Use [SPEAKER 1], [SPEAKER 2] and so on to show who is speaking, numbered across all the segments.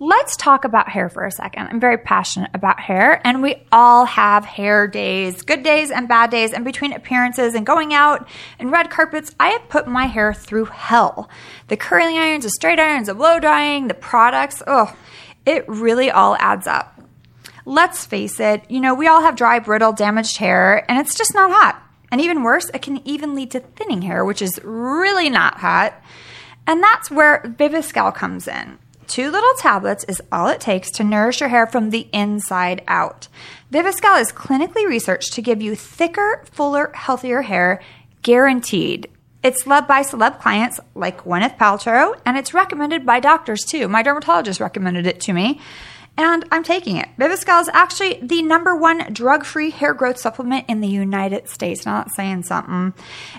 [SPEAKER 1] Let's talk about hair for a second. I'm very passionate about hair, and we all have hair days, good days and bad days, and between appearances and going out and red carpets, I have put my hair through hell. The curling irons, the straight irons, the blow drying, the products, oh, it really all adds up. Let's face it, you know, we all have dry, brittle, damaged hair, and it's just not hot. And even worse, it can even lead to thinning hair, which is really not hot. And that's where Viviscal comes in. Two little tablets is all it takes to nourish your hair from the inside out. Viviscal is clinically researched to give you thicker, fuller, healthier hair, guaranteed. It's loved by celeb clients like Gwyneth Paltrow, and it's recommended by doctors too. My dermatologist recommended it to me, and I'm taking it. Viviscal is actually the number one drug free hair growth supplement in the United States. Not saying something.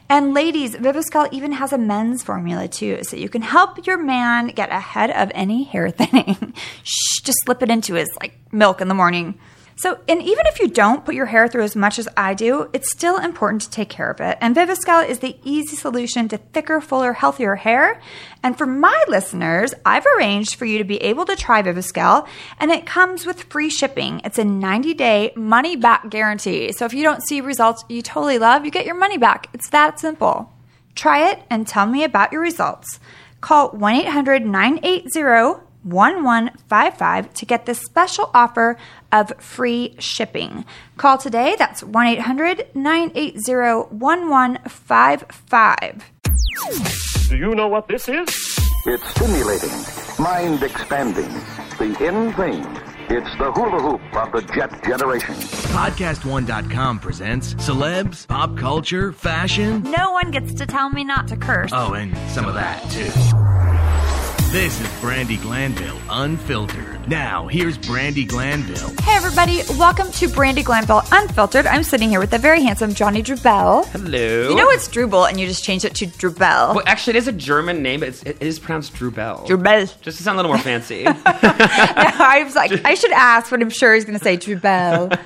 [SPEAKER 1] And ladies, Viviscal even has a men's formula too, so you can help your man get ahead of any hair thinning. Shh, just slip it into his like milk in the morning. So, and even if you don't put your hair through as much as I do, it's still important to take care of it. And Viviscal is the easy solution to thicker, fuller, healthier hair. And for my listeners, I've arranged for you to be able to try Viviscal, and it comes with free shipping. It's a 90 day money back guarantee. So, if you don't see results you totally love, you get your money back. It's that simple. Try it and tell me about your results. Call 1 800 980 1155 to get this special offer of free shipping. Call today. That's 1 800 980 1155.
[SPEAKER 2] Do you know what this is?
[SPEAKER 3] It's stimulating, mind expanding, the in thing. It's the hula hoop of the jet generation.
[SPEAKER 4] Podcast1.com presents celebs, pop culture, fashion.
[SPEAKER 1] No one gets to tell me not to curse.
[SPEAKER 4] Oh, and some of that, too. This is Brandy Glanville Unfiltered. Now, here's Brandy Glanville.
[SPEAKER 1] Hey, everybody. Welcome to Brandy Glanville Unfiltered. I'm sitting here with the very handsome Johnny Drubel.
[SPEAKER 5] Hello.
[SPEAKER 1] You know it's Drubel, and you just changed it to Drubel.
[SPEAKER 5] Well, actually, it is a German name. But it's, it is pronounced Drubel.
[SPEAKER 1] Drubel.
[SPEAKER 5] Just to sound a little more fancy.
[SPEAKER 1] I was like, I should ask, but I'm sure he's going to say Drubel.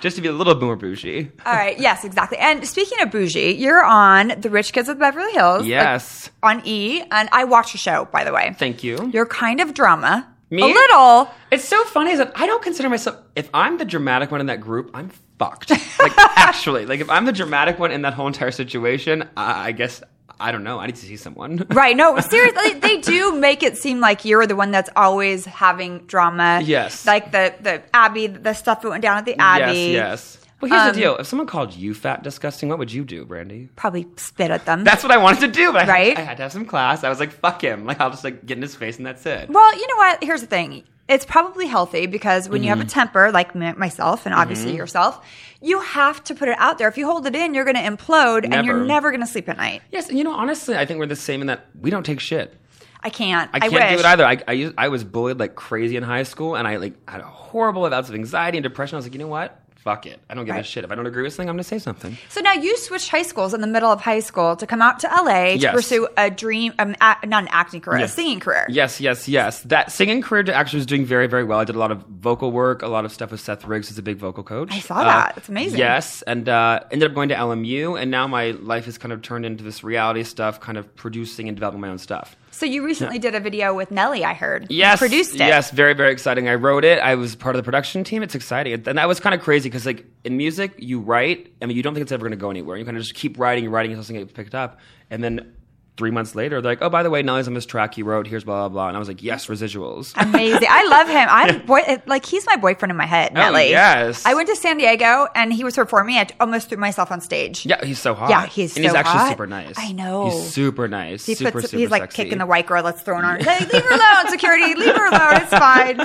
[SPEAKER 5] Just to be a little more bougie.
[SPEAKER 1] All right. Yes, exactly. And speaking of bougie, you're on The Rich Kids of Beverly Hills. like,
[SPEAKER 5] Yes.
[SPEAKER 1] on E. And I watch your show, by the way.
[SPEAKER 5] Thank you.
[SPEAKER 1] You're kind of drama.
[SPEAKER 5] Me?
[SPEAKER 1] A little.
[SPEAKER 5] It's so funny is that I don't consider myself. If I'm the dramatic one in that group, I'm fucked. Like actually, like if I'm the dramatic one in that whole entire situation, I, I guess I don't know. I need to see someone.
[SPEAKER 1] Right. No, seriously, they do make it seem like you're the one that's always having drama.
[SPEAKER 5] Yes.
[SPEAKER 1] Like the, the Abbey, the stuff that went down at the Abbey.
[SPEAKER 5] Yes. Yes. Well, here's
[SPEAKER 1] Um,
[SPEAKER 5] the deal. If someone called you fat, disgusting, what would you do, Brandy?
[SPEAKER 1] Probably spit at them.
[SPEAKER 5] That's what I wanted to do, but I, had-
[SPEAKER 1] Right?
[SPEAKER 5] I had to have some class. I was like, "Fuck him!" Like I'll just like get in his face, and that's it.
[SPEAKER 1] Well, you know what? Here's the thing. It's probably healthy because when you
[SPEAKER 5] Mm-hmm.
[SPEAKER 1] have a temper, like my- myself and obviously yourself, you have to put it out there. If you hold it in, you're going to implode and you're
[SPEAKER 5] Never.
[SPEAKER 1] never going to sleep at night.
[SPEAKER 5] Yes, and you know, honestly, I think we're the same in that we don't take shit.
[SPEAKER 1] I can't.
[SPEAKER 5] I can't
[SPEAKER 1] wish.
[SPEAKER 5] do it either. I, I, used, I was bullied like crazy in high school, and I like had horrible bouts of anxiety and depression. I was like, you know what? Fuck it. I don't give
[SPEAKER 1] Right.
[SPEAKER 5] a shit. If I don't agree with something, I'm gonna say something.
[SPEAKER 1] So now you switched high schools in the middle of high school to come out to LA to
[SPEAKER 5] Yes.
[SPEAKER 1] pursue a dream, um, a, not an acting career, a
[SPEAKER 5] Yes.
[SPEAKER 1] singing career.
[SPEAKER 5] Yes, yes, yes. That singing career actually was doing very, very well. I did a lot of vocal work, a lot of stuff with Seth Riggs, who's a big vocal coach. Uh,
[SPEAKER 1] I saw that. It's amazing.
[SPEAKER 5] Yes, and uh, ended up going to LMU, and now my life has kind of turned into this reality stuff, kind of producing and developing my own stuff.
[SPEAKER 1] So you recently did a video with Nelly, I heard. You
[SPEAKER 5] Yes,
[SPEAKER 1] produced it.
[SPEAKER 5] Yes, very very exciting. I wrote it. I was part of the production team. It's exciting, and that was kind of crazy because like in music, you write. I mean, you don't think it's ever going to go anywhere. You kind of just keep writing, writing until something gets picked up, and then. Three months later, they're like, "Oh, by the way, Nelly's on this track you wrote. Here's blah blah blah." And I was like, "Yes, residuals."
[SPEAKER 1] Amazing. I love him. I'm boy, like he's my boyfriend in my head.
[SPEAKER 5] Oh,
[SPEAKER 1] Nelly.
[SPEAKER 5] yes.
[SPEAKER 1] I went to San Diego and he was performing. I almost threw myself on stage.
[SPEAKER 5] yeah, he's so hot.
[SPEAKER 1] Yeah, he's
[SPEAKER 5] and he's
[SPEAKER 1] so
[SPEAKER 5] actually
[SPEAKER 1] hot.
[SPEAKER 5] super nice.
[SPEAKER 1] I know.
[SPEAKER 5] He's super nice.
[SPEAKER 1] He
[SPEAKER 5] super,
[SPEAKER 1] puts,
[SPEAKER 5] super
[SPEAKER 1] he's like
[SPEAKER 5] sexy.
[SPEAKER 1] kicking the white girl that's thrown on. Hey, leave her alone, security. Leave her alone. It's fine.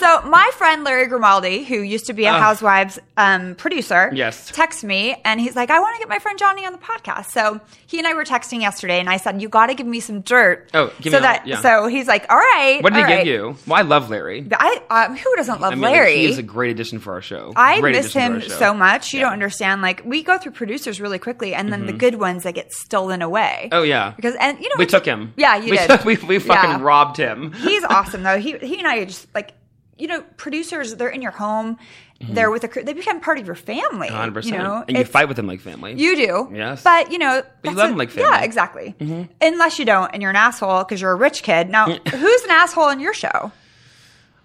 [SPEAKER 1] So my friend Larry Grimaldi, who used to be a Housewives um, producer,
[SPEAKER 5] Oh. Yes.
[SPEAKER 1] texts me and he's like, "I want to get my friend Johnny on the podcast." So he and I were texting yesterday, and I said, "You got to give me some dirt."
[SPEAKER 5] Oh, give
[SPEAKER 1] so
[SPEAKER 5] me all-
[SPEAKER 1] that.
[SPEAKER 5] yeah.
[SPEAKER 1] So he's like, "All right."
[SPEAKER 5] What did
[SPEAKER 1] all
[SPEAKER 5] he
[SPEAKER 1] right."
[SPEAKER 5] give you? Well, I love Larry.
[SPEAKER 1] I um, who doesn't love
[SPEAKER 5] I mean, like,
[SPEAKER 1] Larry?
[SPEAKER 5] he is a great addition for our show.
[SPEAKER 1] I
[SPEAKER 5] Great
[SPEAKER 1] miss
[SPEAKER 5] addition for
[SPEAKER 1] him
[SPEAKER 5] our show.
[SPEAKER 1] so much. You
[SPEAKER 5] Yeah. Mm-hmm.
[SPEAKER 1] don't understand. Like we go through producers really quickly, and then the good ones that get stolen away.
[SPEAKER 5] Oh yeah,
[SPEAKER 1] because and you know
[SPEAKER 5] we
[SPEAKER 1] it's-
[SPEAKER 5] took him.
[SPEAKER 1] Yeah, you
[SPEAKER 5] we
[SPEAKER 1] did.
[SPEAKER 5] took- we we fucking
[SPEAKER 1] Yeah.
[SPEAKER 5] robbed him.
[SPEAKER 1] He's awesome though. He he and I are just like you know producers. They're in your home. They're with a crew. They become part of your family.
[SPEAKER 5] Mm-hmm. Hundred percent.
[SPEAKER 1] You know,
[SPEAKER 5] and you
[SPEAKER 1] It's-
[SPEAKER 5] fight with him like family.
[SPEAKER 1] You do.
[SPEAKER 5] Yes.
[SPEAKER 1] But you know,
[SPEAKER 5] But you
[SPEAKER 1] that's
[SPEAKER 5] love
[SPEAKER 1] a-
[SPEAKER 5] 'em like
[SPEAKER 1] Yeah,
[SPEAKER 5] family. Mm-hmm.
[SPEAKER 1] exactly. Unless you don't, and you're an asshole because you're a rich kid. Now, who's an asshole in your show?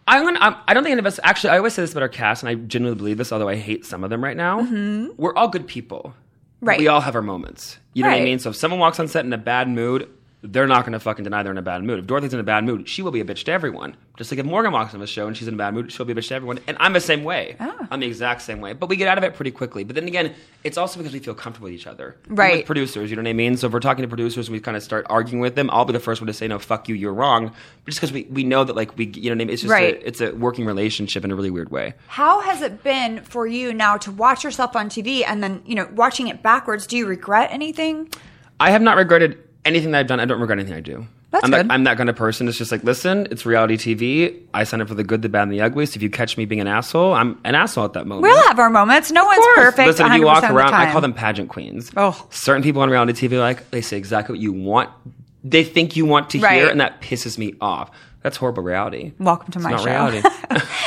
[SPEAKER 5] I'm gonna. I'm, I don't think any of us actually. I always say this about our cast, and I genuinely believe this, although I hate some of them right now. We're all good people.
[SPEAKER 1] Mm-hmm. Right.
[SPEAKER 5] We all have our moments. You know what
[SPEAKER 1] Right.
[SPEAKER 5] I mean? So if someone walks on set in a bad mood, they're not gonna fucking deny they're in a bad mood. If Dorothy's in a bad mood, she will be a bitch to everyone. Just like if Morgan walks on a show and she's in a bad mood, she'll be a bitch to everyone. And I'm the same way.
[SPEAKER 1] Ah.
[SPEAKER 5] I'm the exact same way. But we get out of it pretty quickly. But then again, it's also because we feel comfortable with each other. And
[SPEAKER 1] Right.
[SPEAKER 5] With producers, you know what I mean? So if we're talking to producers and we kind of start arguing with them, I'll be the first one to say, no, fuck you, you're wrong. Just because we, we know that, like, we, you know what I mean? It's just
[SPEAKER 1] Right.
[SPEAKER 5] a, it's a working relationship in a really weird way.
[SPEAKER 1] How has it been for you now to watch yourself on TV and then, you know, watching it backwards? Do you regret anything?
[SPEAKER 5] I have not regretted anything that I've done. I don't regret anything I do.
[SPEAKER 1] That's
[SPEAKER 5] I'm
[SPEAKER 1] good.
[SPEAKER 5] That, I'm that kind of person. It's just like, listen, it's reality TV. I signed up for the good, the bad, and the ugly. So if you catch me being an asshole, I'm an asshole at that moment.
[SPEAKER 1] We all have our moments. No one's
[SPEAKER 5] Of course.
[SPEAKER 1] perfect.
[SPEAKER 5] Listen,
[SPEAKER 1] 100%
[SPEAKER 5] if you walk
[SPEAKER 1] of the
[SPEAKER 5] around, I
[SPEAKER 1] time.
[SPEAKER 5] call them pageant queens.
[SPEAKER 1] Oh.
[SPEAKER 5] certain people on reality TV, like they say exactly what you want. They think you want to
[SPEAKER 1] Right.
[SPEAKER 5] hear, and that pisses me off. That's horrible reality.
[SPEAKER 1] Welcome to
[SPEAKER 5] It's
[SPEAKER 1] my
[SPEAKER 5] not
[SPEAKER 1] show.
[SPEAKER 5] reality.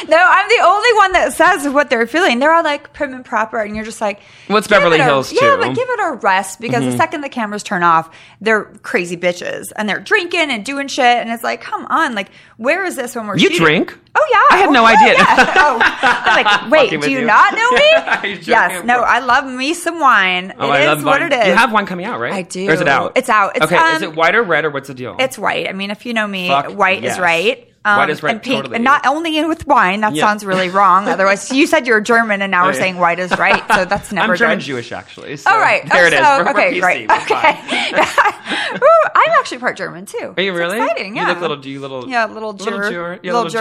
[SPEAKER 1] No, I'm the only one that says what they're feeling. They're all like prim and proper, and you're just like,
[SPEAKER 5] Well, it's
[SPEAKER 1] give
[SPEAKER 5] Beverly
[SPEAKER 1] it a-
[SPEAKER 5] Hills,
[SPEAKER 1] Yeah,
[SPEAKER 5] too. Mm-hmm.
[SPEAKER 1] but give it a rest because the second the cameras turn off, they're crazy bitches and they're drinking and doing shit, and it's like, come on, like, where is this when we're
[SPEAKER 5] You
[SPEAKER 1] shooting?
[SPEAKER 5] drink?
[SPEAKER 1] Oh yeah,
[SPEAKER 5] I had
[SPEAKER 1] Oh,
[SPEAKER 5] no
[SPEAKER 1] yeah,
[SPEAKER 5] idea.
[SPEAKER 1] yeah. Oh, I'm like,
[SPEAKER 5] Fucking
[SPEAKER 1] wait, do
[SPEAKER 5] with
[SPEAKER 1] you,
[SPEAKER 5] you.
[SPEAKER 1] not know
[SPEAKER 5] Yeah, you're
[SPEAKER 1] me?
[SPEAKER 5] joking,
[SPEAKER 1] yes,
[SPEAKER 5] of
[SPEAKER 1] no,
[SPEAKER 5] course.
[SPEAKER 1] I love me some wine.
[SPEAKER 5] Oh,
[SPEAKER 1] It
[SPEAKER 5] I
[SPEAKER 1] is
[SPEAKER 5] love
[SPEAKER 1] what
[SPEAKER 5] wine.
[SPEAKER 1] it is.
[SPEAKER 5] You have one coming out, right?
[SPEAKER 1] I do.
[SPEAKER 5] Or is it out?
[SPEAKER 1] It's out. It's,
[SPEAKER 5] okay. is
[SPEAKER 1] um,
[SPEAKER 5] it white or red or what's the deal?
[SPEAKER 1] It's white. I mean, if you know me,
[SPEAKER 5] Fuck
[SPEAKER 1] white
[SPEAKER 5] yes.
[SPEAKER 1] is right. Um,
[SPEAKER 5] White is right,
[SPEAKER 1] And pink,
[SPEAKER 5] totally.
[SPEAKER 1] and not only in with wine. That
[SPEAKER 5] Yeah.
[SPEAKER 1] sounds really wrong. Otherwise, you said you're German, and now we're
[SPEAKER 5] yeah.
[SPEAKER 1] saying white is right. So that's never
[SPEAKER 5] I'm German
[SPEAKER 1] good.
[SPEAKER 5] Jewish, actually. So
[SPEAKER 1] All right.
[SPEAKER 5] There
[SPEAKER 1] oh,
[SPEAKER 5] it is.
[SPEAKER 1] so-
[SPEAKER 5] We're- we're
[SPEAKER 1] okay,
[SPEAKER 5] PC.
[SPEAKER 1] great.
[SPEAKER 5] We're
[SPEAKER 1] Okay.
[SPEAKER 5] fine.
[SPEAKER 1] Ooh, I'm actually part German too.
[SPEAKER 5] Are you
[SPEAKER 1] It's
[SPEAKER 5] really?
[SPEAKER 1] Exciting. Yeah.
[SPEAKER 5] You look little. Do you little?
[SPEAKER 1] Yeah, little jur.
[SPEAKER 5] Little jur. Yeah,
[SPEAKER 1] Little
[SPEAKER 5] little,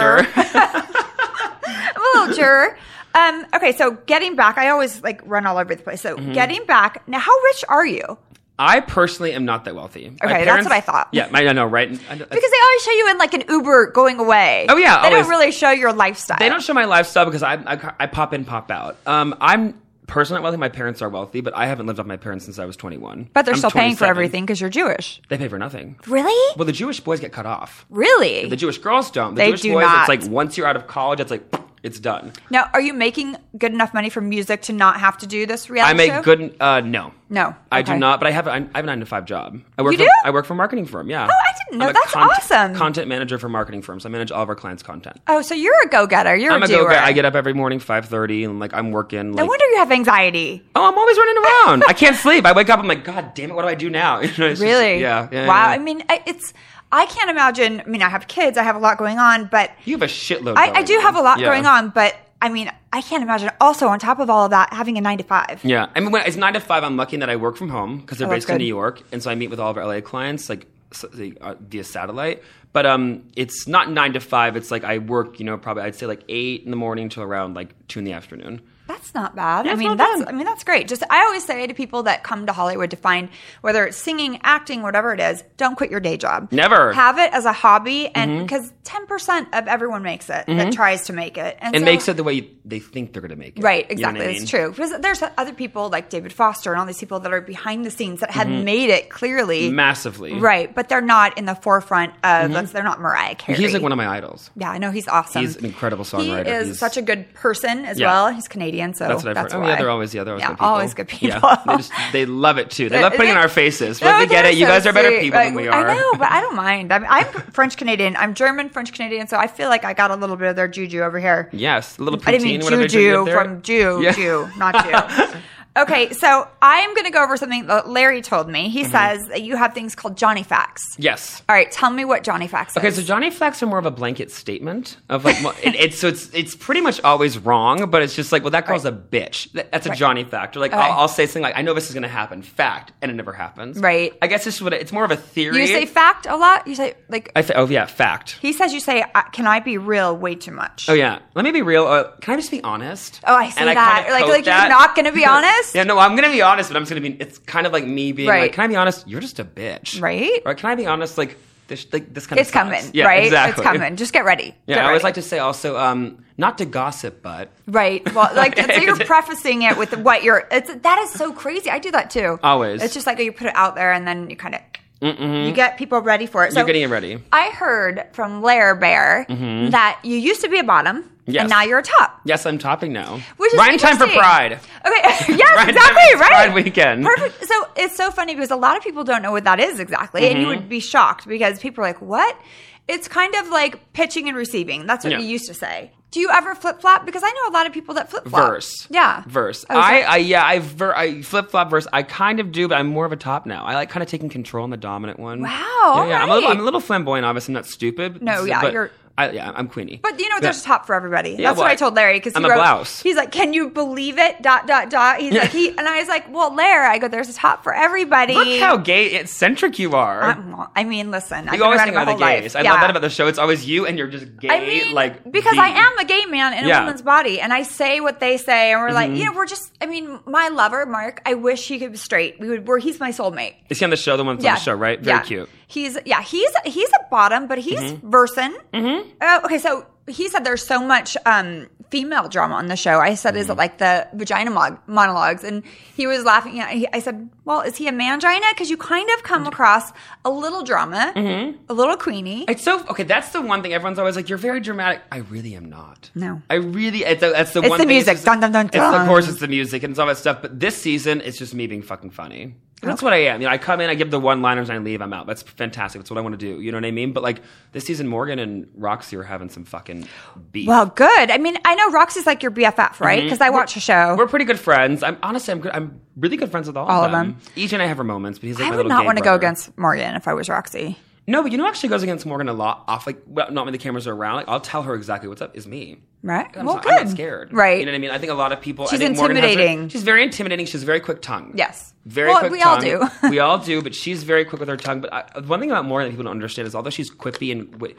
[SPEAKER 5] jur.
[SPEAKER 1] jur. I'm a little juror. Um, okay, so getting back, I always like run all over the place. So
[SPEAKER 5] Mm-hmm.
[SPEAKER 1] getting back, now how rich are you?
[SPEAKER 5] I personally am not that wealthy. Okay,
[SPEAKER 1] that's what I thought.
[SPEAKER 5] Yeah, I I know, right? I know-
[SPEAKER 1] Because they always show you in like an Uber going away.
[SPEAKER 5] Oh, yeah,
[SPEAKER 1] they
[SPEAKER 5] always.
[SPEAKER 1] don't really show your lifestyle.
[SPEAKER 5] they don't show my lifestyle because I, I, I pop in, pop out. Um, I'm personally not wealthy. My parents are wealthy, but I haven't lived off my parents since I was 21.
[SPEAKER 1] But they're
[SPEAKER 5] I'm
[SPEAKER 1] still paying for
[SPEAKER 5] 27.
[SPEAKER 1] everything because you're Jewish.
[SPEAKER 5] They pay for nothing.
[SPEAKER 1] Really?
[SPEAKER 5] Well, the Jewish boys get cut off.
[SPEAKER 1] really?
[SPEAKER 5] The Jewish girls don't. The
[SPEAKER 1] They
[SPEAKER 5] Jewish
[SPEAKER 1] do
[SPEAKER 5] boys,
[SPEAKER 1] not.
[SPEAKER 5] it's like once you're out of college, it's like it's done.
[SPEAKER 1] now, are you making good enough money from music to not have to do this reality
[SPEAKER 5] I make
[SPEAKER 1] show?
[SPEAKER 5] good. Uh, no,
[SPEAKER 1] No,
[SPEAKER 5] I do
[SPEAKER 1] okay.
[SPEAKER 5] not. But I have. I have a nine to five job. I work.
[SPEAKER 1] You
[SPEAKER 5] for,
[SPEAKER 1] do?
[SPEAKER 5] I work for a marketing firm. Yeah. Oh,
[SPEAKER 1] I didn't know. That's awesome.
[SPEAKER 5] Content manager for marketing firms. I manage all of our clients' content.
[SPEAKER 1] Oh, so you're a go-getter. You're
[SPEAKER 5] I'm a
[SPEAKER 1] doer.
[SPEAKER 5] go guy. I get up every morning five thirty, and like I'm working.
[SPEAKER 1] No
[SPEAKER 5] Like,
[SPEAKER 1] wonder you have anxiety.
[SPEAKER 5] oh, I'm always running around. I can't sleep. I wake up. I'm like, God damn it, what do I do now? You know, it's just-
[SPEAKER 1] Really?
[SPEAKER 5] yeah, yeah.
[SPEAKER 1] Wow.
[SPEAKER 5] yeah.
[SPEAKER 1] I mean, I, it's. I can't imagine. I mean, I have kids. I have a lot going on, but
[SPEAKER 5] you have a shitload.
[SPEAKER 1] I, I
[SPEAKER 5] going
[SPEAKER 1] do have a lot
[SPEAKER 5] Yeah.
[SPEAKER 1] going on. But I mean, I can't imagine. Also, on top of all of that, having a nine to five.
[SPEAKER 5] Yeah, I mean, when it's nine to five, I'm lucky that I work from home because they're
[SPEAKER 1] Oh, that's
[SPEAKER 5] based in
[SPEAKER 1] good.
[SPEAKER 5] New York, and so I meet with all of our LA clients like s- they- uh, via satellite. But um, it's not nine to five. It's like I work, you know, probably I'd say like eight in the morning till around like two in the afternoon.
[SPEAKER 1] That's not bad. I
[SPEAKER 5] it's
[SPEAKER 1] mean,
[SPEAKER 5] not
[SPEAKER 1] that's
[SPEAKER 5] bad.
[SPEAKER 1] I mean, that's great. Just I always say to people that come to Hollywood to find whether it's singing, acting, whatever it is, don't quit your day job.
[SPEAKER 5] Never. Mm-hmm.
[SPEAKER 1] have it as a hobby, and because ten percent of everyone makes it that tries to make it,
[SPEAKER 5] And
[SPEAKER 1] so-
[SPEAKER 5] makes Mm-hmm. it the way you, they think they're going to make it.
[SPEAKER 1] Right,
[SPEAKER 5] You know what
[SPEAKER 1] exactly.
[SPEAKER 5] I mean?
[SPEAKER 1] It's true. Because there's other people like David Foster and all these people that are behind the scenes that have
[SPEAKER 5] Mm-hmm.
[SPEAKER 1] made it clearly.
[SPEAKER 5] Massively.
[SPEAKER 1] Right, but they're not in the forefront of, let's, they're not Mariah Carey.
[SPEAKER 5] Mm-hmm. He's like one of my idols.
[SPEAKER 1] Yeah, I know he's awesome.
[SPEAKER 5] He's an incredible songwriter.
[SPEAKER 1] He is
[SPEAKER 5] He's-
[SPEAKER 1] such a good person as
[SPEAKER 5] Yeah.
[SPEAKER 1] well. He's Canadian, so
[SPEAKER 5] That's what I've heard. Oh,
[SPEAKER 1] why.
[SPEAKER 5] yeah, they're always, yeah, they're always
[SPEAKER 1] Yeah,
[SPEAKER 5] good people.
[SPEAKER 1] always good people.
[SPEAKER 5] Yeah. They, just, they love it too. They love putting it in our faces. But
[SPEAKER 1] No,
[SPEAKER 5] they get
[SPEAKER 1] they're
[SPEAKER 5] it. You
[SPEAKER 1] so
[SPEAKER 5] guys are better
[SPEAKER 1] sweet.
[SPEAKER 5] people than
[SPEAKER 1] Like,
[SPEAKER 5] we are.
[SPEAKER 1] I know, but I don't mind. I'm, I'm French Canadian. I'm German French Canadian, so I feel like I got a little bit of their juju over here.
[SPEAKER 5] Yes, a little poutine.
[SPEAKER 1] I didn't mean
[SPEAKER 5] whatever they do
[SPEAKER 1] juju
[SPEAKER 5] up there.
[SPEAKER 1] from Jew,
[SPEAKER 5] Yeah.
[SPEAKER 1] Jew, not Jew. okay, so I'm going to go over something that Larry told me.
[SPEAKER 5] Mm-hmm.
[SPEAKER 1] He says that you have things called Johnny Facts.
[SPEAKER 5] Yes.
[SPEAKER 1] All right, tell me what Johnny Facts
[SPEAKER 5] Okay,
[SPEAKER 1] is.
[SPEAKER 5] so Johnny Facts are more of a blanket statement of like, well, it, it's so it's it's pretty much always wrong, but it's just like, well, that girl's a bitch. That- That's a Johnny fact. Or like,
[SPEAKER 1] Okay.
[SPEAKER 5] I'll, I'll say something like, I know this is gonna happen, fact, and it never happens.
[SPEAKER 1] Right.
[SPEAKER 5] I guess this is what it- it's more of a theory.
[SPEAKER 1] you say fact a lot. You say, like,
[SPEAKER 5] I fa- oh yeah, fact.
[SPEAKER 1] he says you say, uh, can I be real way too much.
[SPEAKER 5] Oh yeah. Let me be real. Uh, can I just be honest?
[SPEAKER 1] Oh, I see
[SPEAKER 5] And
[SPEAKER 1] that.
[SPEAKER 5] kinda
[SPEAKER 1] Like-
[SPEAKER 5] coat
[SPEAKER 1] like you're not gonna be honest?
[SPEAKER 5] yeah, no, I'm gonna be honest, but I'm just gonna be. It's kind of like me being
[SPEAKER 1] Right.
[SPEAKER 5] like, can I be honest? You're just a bitch,
[SPEAKER 1] Right?
[SPEAKER 5] Or can I be honest? Like this, like this kind
[SPEAKER 1] It's
[SPEAKER 5] of
[SPEAKER 1] coming,
[SPEAKER 5] Yeah,
[SPEAKER 1] right?
[SPEAKER 5] Exactly.
[SPEAKER 1] It's coming. Just get ready.
[SPEAKER 5] Yeah,
[SPEAKER 1] Get
[SPEAKER 5] I always
[SPEAKER 1] ready.
[SPEAKER 5] like to say also, um, not to gossip, but
[SPEAKER 1] Right. Well, like so you're
[SPEAKER 5] 'Cause it-
[SPEAKER 1] prefacing it with what you're. It's that is so crazy. I do that too.
[SPEAKER 5] Always. Mm-hmm.
[SPEAKER 1] It's just like you put it out there and then you kind of you get people ready for it. So
[SPEAKER 5] you're getting it ready. Mm-hmm.
[SPEAKER 1] I heard from Lair Bear that you used to be a bottom
[SPEAKER 5] Yes.
[SPEAKER 1] and now you're a top.
[SPEAKER 5] Yes, I'm topping now.
[SPEAKER 1] Which is
[SPEAKER 5] Rhyme time for
[SPEAKER 1] interesting.
[SPEAKER 5] pride.
[SPEAKER 1] Okay. yes,
[SPEAKER 5] Rhyme time
[SPEAKER 1] exactly.
[SPEAKER 5] for
[SPEAKER 1] Right.
[SPEAKER 5] Pride weekend.
[SPEAKER 1] Perfect. So
[SPEAKER 5] Mm-hmm.
[SPEAKER 1] it's so funny because a lot of people don't know what that is exactly, and you would be shocked because people are like, "What?" it's kind of like pitching and receiving. That's what
[SPEAKER 5] Yeah.
[SPEAKER 1] we used to say. Do you ever flip flop? Because I know a lot of people that flip flop.
[SPEAKER 5] Verse.
[SPEAKER 1] Yeah.
[SPEAKER 5] Verse.
[SPEAKER 1] Oh, is
[SPEAKER 5] I,
[SPEAKER 1] that-
[SPEAKER 5] I yeah, I, ver- I flip flop verse. I kind of do, but I'm more of a top now. I like kind of taking control on the dominant one.
[SPEAKER 1] Wow,
[SPEAKER 5] Yeah, yeah. I'm, a little,
[SPEAKER 1] alright.
[SPEAKER 5] I'm a little flamboyant, obviously. I'm not stupid.
[SPEAKER 1] No, yeah,
[SPEAKER 5] but
[SPEAKER 1] you're-
[SPEAKER 5] I, yeah, I'm Queenie.
[SPEAKER 1] But you know,
[SPEAKER 5] Yeah.
[SPEAKER 1] there's a top for everybody. That's
[SPEAKER 5] well,
[SPEAKER 1] what I told Larry because he
[SPEAKER 5] I'm a
[SPEAKER 1] wrote.
[SPEAKER 5] blouse.
[SPEAKER 1] He's like, "Can you believe it?" Dot dot dot. He's like, he and I was like, "Well, Larry, I go, there's a top for everybody."
[SPEAKER 5] Look how gay eccentric you are.
[SPEAKER 1] I, well, I mean, listen, I've
[SPEAKER 5] you
[SPEAKER 1] been
[SPEAKER 5] always
[SPEAKER 1] around
[SPEAKER 5] think
[SPEAKER 1] my
[SPEAKER 5] about the
[SPEAKER 1] whole life.
[SPEAKER 5] gays. I love that about the show. It's always you and you're just gay.
[SPEAKER 1] I mean,
[SPEAKER 5] like
[SPEAKER 1] because
[SPEAKER 5] the-
[SPEAKER 1] I am a gay man in
[SPEAKER 5] Yeah. Mm-hmm.
[SPEAKER 1] a woman's body, and I say what they say, and we're like, you know, we're just. I mean, my lover, Mark. I wish he could be straight. We would. We're, he's my soulmate.
[SPEAKER 5] Is he on the show? The one that's on the show, right? Very
[SPEAKER 1] yeah.
[SPEAKER 5] cute. Mm-hmm.
[SPEAKER 1] He's yeah, he's he's a bottom, but he's versing. Uh, okay, so he said there's so much um, female drama on the show. I said,
[SPEAKER 5] Mm-hmm.
[SPEAKER 1] is it like the vagina mon- monologues? And he was laughing. at he, I said, well, is he a mangina? Because you kind of
[SPEAKER 5] Mm-hmm.
[SPEAKER 1] come across a little drama, a little queenie.
[SPEAKER 5] It's so okay. That's the one thing everyone's always like. You're very dramatic. I really am not.
[SPEAKER 1] No.
[SPEAKER 5] I really. It's the, that's the
[SPEAKER 1] It's
[SPEAKER 5] one.
[SPEAKER 1] the
[SPEAKER 5] thing,
[SPEAKER 1] music.
[SPEAKER 5] just-
[SPEAKER 1] Dun, dun, dun,
[SPEAKER 5] It's of
[SPEAKER 1] dun.
[SPEAKER 5] course it's the music and it's all that stuff. But this season, it's just me being fucking funny.
[SPEAKER 1] Oh.
[SPEAKER 5] That's what I am. You know, I come in, I give the one liners, and I leave. I'm out. That's fantastic. That's what I want to do. You know what I mean? But like this season, Morgan and Roxy are having some fucking beef.
[SPEAKER 1] well, good. I mean, I know Roxy's like your BFF, right? Because I watch the show.
[SPEAKER 5] Mm-hmm. We're pretty good friends. I'm honestly, I'm good. I'm really good friends with all,
[SPEAKER 1] All
[SPEAKER 5] of
[SPEAKER 1] of
[SPEAKER 5] them.
[SPEAKER 1] them.
[SPEAKER 5] Each and I have our moments, but he's like
[SPEAKER 1] I would
[SPEAKER 5] my little
[SPEAKER 1] not
[SPEAKER 5] gay
[SPEAKER 1] want to go
[SPEAKER 5] brother.
[SPEAKER 1] against Morgan if I was Roxy.
[SPEAKER 5] No, but you know, what actually goes against Morgan a lot. Off like, well, not when the cameras are around. Like, I'll tell her exactly what's up. Is me.
[SPEAKER 1] Right?
[SPEAKER 5] I'm,
[SPEAKER 1] well,
[SPEAKER 5] not,
[SPEAKER 1] good.
[SPEAKER 5] I'm not scared.
[SPEAKER 1] Right.
[SPEAKER 5] You know what I mean? I think a lot of people. I
[SPEAKER 1] She's
[SPEAKER 5] think Morgan has her-
[SPEAKER 1] intimidating.
[SPEAKER 5] she's very intimidating. She's very quick tongue.
[SPEAKER 1] Yes.
[SPEAKER 5] Very
[SPEAKER 1] Well,
[SPEAKER 5] quick
[SPEAKER 1] we all
[SPEAKER 5] tongue.
[SPEAKER 1] do.
[SPEAKER 5] we all do, but she's very quick with her tongue. But I, one thing about Morgan that people don't understand is although she's quippy and wit-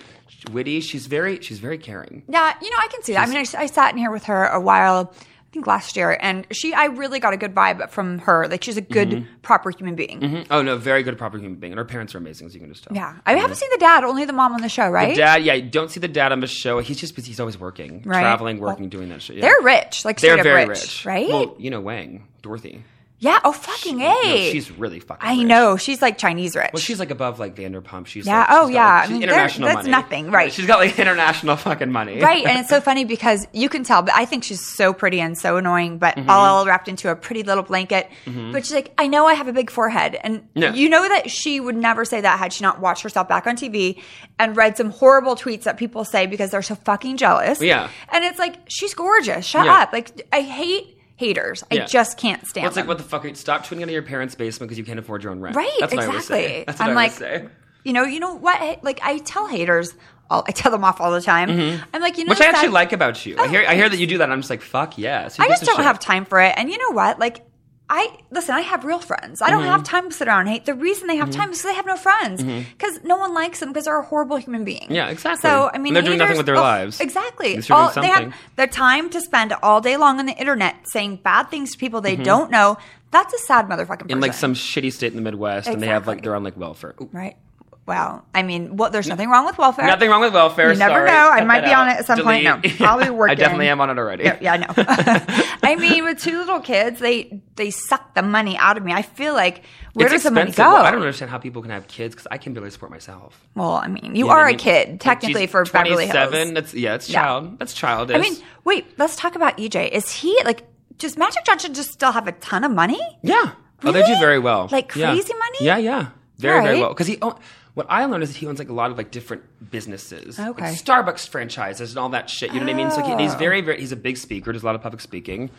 [SPEAKER 5] witty, she's very she's very caring.
[SPEAKER 1] Yeah, you know, I can see that. I mean, I, s- I sat in here with her a while, I think last year, and she, I really got a good vibe from her. Like, she's a good,
[SPEAKER 5] Mm-hmm.
[SPEAKER 1] proper human being.
[SPEAKER 5] Mhm. Oh no, very good proper human being. And her parents are amazing, as you can just tell.
[SPEAKER 1] Mm-hmm. Yeah. I haven't seen the dad, only the mom on the show, right?
[SPEAKER 5] Mm-hmm. The dad, yeah, you don't see the dad on the show. He's just busy. He's always working,
[SPEAKER 1] Right.
[SPEAKER 5] traveling, working,
[SPEAKER 1] Well,
[SPEAKER 5] doing that shit. Yeah.
[SPEAKER 1] They're rich, like
[SPEAKER 5] They're
[SPEAKER 1] straight
[SPEAKER 5] very
[SPEAKER 1] up rich, right?
[SPEAKER 5] Well, you know Wang, Dorothy.
[SPEAKER 1] yeah. Oh, fucking
[SPEAKER 5] No,
[SPEAKER 1] a.
[SPEAKER 5] she's really fucking.
[SPEAKER 1] I
[SPEAKER 5] rich.
[SPEAKER 1] know she's like Chinese rich.
[SPEAKER 5] Well, she's like above like Vanderpump. She's
[SPEAKER 1] Yeah,
[SPEAKER 5] Like, she's
[SPEAKER 1] oh,
[SPEAKER 5] got,
[SPEAKER 1] yeah.
[SPEAKER 5] Like,
[SPEAKER 1] I
[SPEAKER 5] she's
[SPEAKER 1] mean, there-
[SPEAKER 5] international
[SPEAKER 1] that's
[SPEAKER 5] money.
[SPEAKER 1] nothing, right.
[SPEAKER 5] She's got like international fucking money.
[SPEAKER 1] right, and it's so funny because you can tell, but I think she's so pretty and so annoying, but
[SPEAKER 5] Mm-hmm.
[SPEAKER 1] all wrapped into a pretty little blanket. But she's like, I know I have a big forehead, and
[SPEAKER 5] Yeah.
[SPEAKER 1] you know that she would never say that had she not watched herself back on TV and read some horrible tweets that people say because they're so fucking jealous.
[SPEAKER 5] Yeah.
[SPEAKER 1] and it's like she's gorgeous. Shut
[SPEAKER 5] Yeah.
[SPEAKER 1] up! Like I hate haters. I
[SPEAKER 5] Yeah.
[SPEAKER 1] just can't stand.
[SPEAKER 5] Well, it's like
[SPEAKER 1] them.
[SPEAKER 5] what the fuck? are you- Stop tweeting out of your parents' basement because you can't afford your own rent.
[SPEAKER 1] Right,
[SPEAKER 5] That's what I always say.
[SPEAKER 1] exactly.
[SPEAKER 5] That's what
[SPEAKER 1] I'm
[SPEAKER 5] I always
[SPEAKER 1] like,
[SPEAKER 5] say.
[SPEAKER 1] you know, you know what? Like I tell haters, all, I tell them off all the time. I'm like, you know,
[SPEAKER 5] Mm-hmm. Which I
[SPEAKER 1] it's
[SPEAKER 5] actually
[SPEAKER 1] that-
[SPEAKER 5] like about you. I hear I hear that you do that. and I'm just like fuck yes. Who
[SPEAKER 1] I
[SPEAKER 5] gives
[SPEAKER 1] just
[SPEAKER 5] a
[SPEAKER 1] don't
[SPEAKER 5] shit?
[SPEAKER 1] have time for it. And you know what? Like, I listen. I have real friends. I don't
[SPEAKER 5] Mm-hmm.
[SPEAKER 1] have time to sit around and hate. The reason they have time is 'cause they have no friends because no one likes them because they're a horrible human being.
[SPEAKER 5] Mm-hmm. Yeah, exactly.
[SPEAKER 1] So I mean,
[SPEAKER 5] And they're doing nothing
[SPEAKER 1] haters-
[SPEAKER 5] with their
[SPEAKER 1] oh,
[SPEAKER 5] lives. At
[SPEAKER 1] Exactly.
[SPEAKER 5] least they're doing
[SPEAKER 1] they
[SPEAKER 5] something.
[SPEAKER 1] have their time to spend all day long on the internet saying bad things to people they don't know. That's a sad motherfucking. Person.
[SPEAKER 5] in Mm-hmm. like some shitty state in the Midwest, and they have like
[SPEAKER 1] Exactly.
[SPEAKER 5] they're on like welfare. Ooh.
[SPEAKER 1] right. Well, I mean, well, there's nothing wrong with welfare.
[SPEAKER 5] Nothing wrong with welfare.
[SPEAKER 1] You never
[SPEAKER 5] sorry.
[SPEAKER 1] know. I
[SPEAKER 5] Cut
[SPEAKER 1] might
[SPEAKER 5] that
[SPEAKER 1] be on
[SPEAKER 5] out.
[SPEAKER 1] it at some point. No,
[SPEAKER 5] Delete.
[SPEAKER 1] I'll be
[SPEAKER 5] I
[SPEAKER 1] working.
[SPEAKER 5] definitely am on it already.
[SPEAKER 1] Yeah, yeah, I know. I mean, with two little kids, they they suck the money out of me. I feel like where
[SPEAKER 5] it's
[SPEAKER 1] does the money
[SPEAKER 5] expensive.
[SPEAKER 1] go?
[SPEAKER 5] Well, I don't understand how people can have kids because I can barely support myself.
[SPEAKER 1] Well, I mean, you
[SPEAKER 5] know what
[SPEAKER 1] are
[SPEAKER 5] I
[SPEAKER 1] a
[SPEAKER 5] mean?
[SPEAKER 1] kid
[SPEAKER 5] Like,
[SPEAKER 1] technically
[SPEAKER 5] she's
[SPEAKER 1] for Beverly
[SPEAKER 5] 27,
[SPEAKER 1] Hills.
[SPEAKER 5] That's yeah, it's
[SPEAKER 1] Yeah.
[SPEAKER 5] child. That's childish.
[SPEAKER 1] I mean, wait, let's talk about EJ. Is he like does Magic Johnson just still have a ton of money?
[SPEAKER 5] yeah. Oh, they
[SPEAKER 1] Really?
[SPEAKER 5] do very well.
[SPEAKER 1] Like
[SPEAKER 5] Yeah.
[SPEAKER 1] crazy money?
[SPEAKER 5] Yeah, yeah, very very
[SPEAKER 1] Alright.
[SPEAKER 5] well. Because he own, what I learned is that he owns like a lot of like different businesses, like,
[SPEAKER 1] Okay. Oh.
[SPEAKER 5] Starbucks franchises and all that shit. You know what I mean? So he, he's very very. He's a big speaker. Does a lot of public speaking.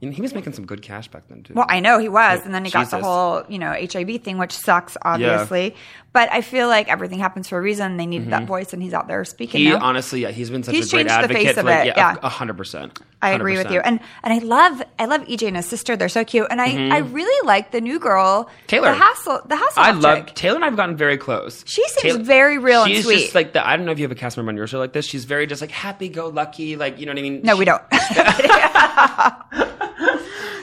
[SPEAKER 5] And he was making some good cash back then too.
[SPEAKER 1] Well, I know he was, and then he got the
[SPEAKER 5] Jesus.
[SPEAKER 1] whole you know HIV thing, which sucks, obviously. But I feel like everything happens for a reason. They needed that voice, and he's out there speaking.
[SPEAKER 5] Mm-hmm. He
[SPEAKER 1] now.
[SPEAKER 5] honestly, yeah, he's been such
[SPEAKER 1] He's
[SPEAKER 5] a great
[SPEAKER 1] changed the
[SPEAKER 5] advocate.
[SPEAKER 1] face
[SPEAKER 5] for,
[SPEAKER 1] of
[SPEAKER 5] like,
[SPEAKER 1] it,
[SPEAKER 5] yeah,
[SPEAKER 1] yeah.
[SPEAKER 5] a hundred percent.
[SPEAKER 1] I agree with you,
[SPEAKER 5] 100%.
[SPEAKER 1] and and I love I love EJ and his sister. They're so cute, and I I really like the new girl
[SPEAKER 5] Mm-hmm. Taylor.
[SPEAKER 1] the hassle the hassle.
[SPEAKER 5] I love Taylor and I've gotten very close.
[SPEAKER 1] She seems very real and
[SPEAKER 5] she's
[SPEAKER 1] sweet.
[SPEAKER 5] just like the I don't know if you have a cast member on your show like this. She's very just like happy go lucky, like you know what I mean.
[SPEAKER 1] No,
[SPEAKER 5] She-
[SPEAKER 1] we don't.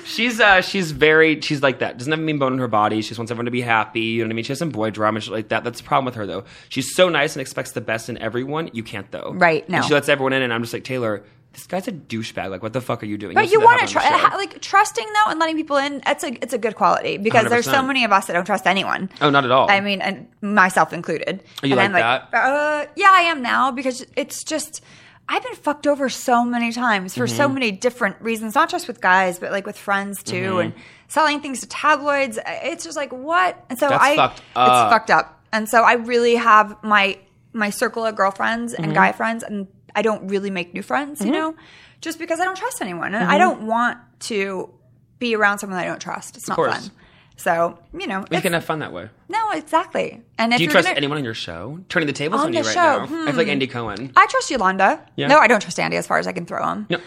[SPEAKER 5] She's uh she's very she's like that. Doesn't have a mean bone in her body. She just wants everyone to be happy. You know what I mean? She has some boy drama and shit like that. That's the problem with her though. She's so nice and expects the best in everyone. You can't though.
[SPEAKER 1] Right,
[SPEAKER 5] And
[SPEAKER 1] no.
[SPEAKER 5] she lets everyone in, and I'm just like Taylor. This guy's a douchebag. Like, what the fuck are you doing?
[SPEAKER 1] but
[SPEAKER 5] see
[SPEAKER 1] you
[SPEAKER 5] that
[SPEAKER 1] want to
[SPEAKER 5] happen on the
[SPEAKER 1] try
[SPEAKER 5] show.
[SPEAKER 1] like trusting though and letting people in. It's a it's a good quality because there's so
[SPEAKER 5] 100%.
[SPEAKER 1] many of us that don't trust anyone.
[SPEAKER 5] Oh, not at all.
[SPEAKER 1] I mean, and myself included.
[SPEAKER 5] Are you
[SPEAKER 1] and
[SPEAKER 5] like
[SPEAKER 1] I'm
[SPEAKER 5] that?
[SPEAKER 1] Uh, yeah, I am now because it's just I've been fucked over so many times for
[SPEAKER 5] Mm-hmm.
[SPEAKER 1] so many different reasons, not just with guys, but like with friends too,
[SPEAKER 5] Mm-hmm.
[SPEAKER 1] and selling things to tabloids. It's just like what, and so
[SPEAKER 5] That's
[SPEAKER 1] I
[SPEAKER 5] fucked
[SPEAKER 1] it's
[SPEAKER 5] up.
[SPEAKER 1] fucked up, and so I really have my my circle of girlfriends and
[SPEAKER 5] Mm-hmm.
[SPEAKER 1] guy friends, and I don't really make new friends, you know, just because I don't trust anyone, and
[SPEAKER 5] Mm-hmm.
[SPEAKER 1] I don't want to be around someone I don't trust. It's not
[SPEAKER 5] course.
[SPEAKER 1] fun. So you know,
[SPEAKER 5] You
[SPEAKER 1] it's-
[SPEAKER 5] can have fun that way.
[SPEAKER 1] no, exactly. And if
[SPEAKER 5] Do you
[SPEAKER 1] you're
[SPEAKER 5] trust
[SPEAKER 1] gonna-
[SPEAKER 5] anyone on your show? Turning the tables on,
[SPEAKER 1] On
[SPEAKER 5] you
[SPEAKER 1] the
[SPEAKER 5] right
[SPEAKER 1] show,
[SPEAKER 5] now.
[SPEAKER 1] hmm.
[SPEAKER 5] I feel like Andy Cohen.
[SPEAKER 1] I trust Yolanda.
[SPEAKER 5] Yeah.
[SPEAKER 1] No, I don't trust Andy as far as I can throw him.
[SPEAKER 5] No.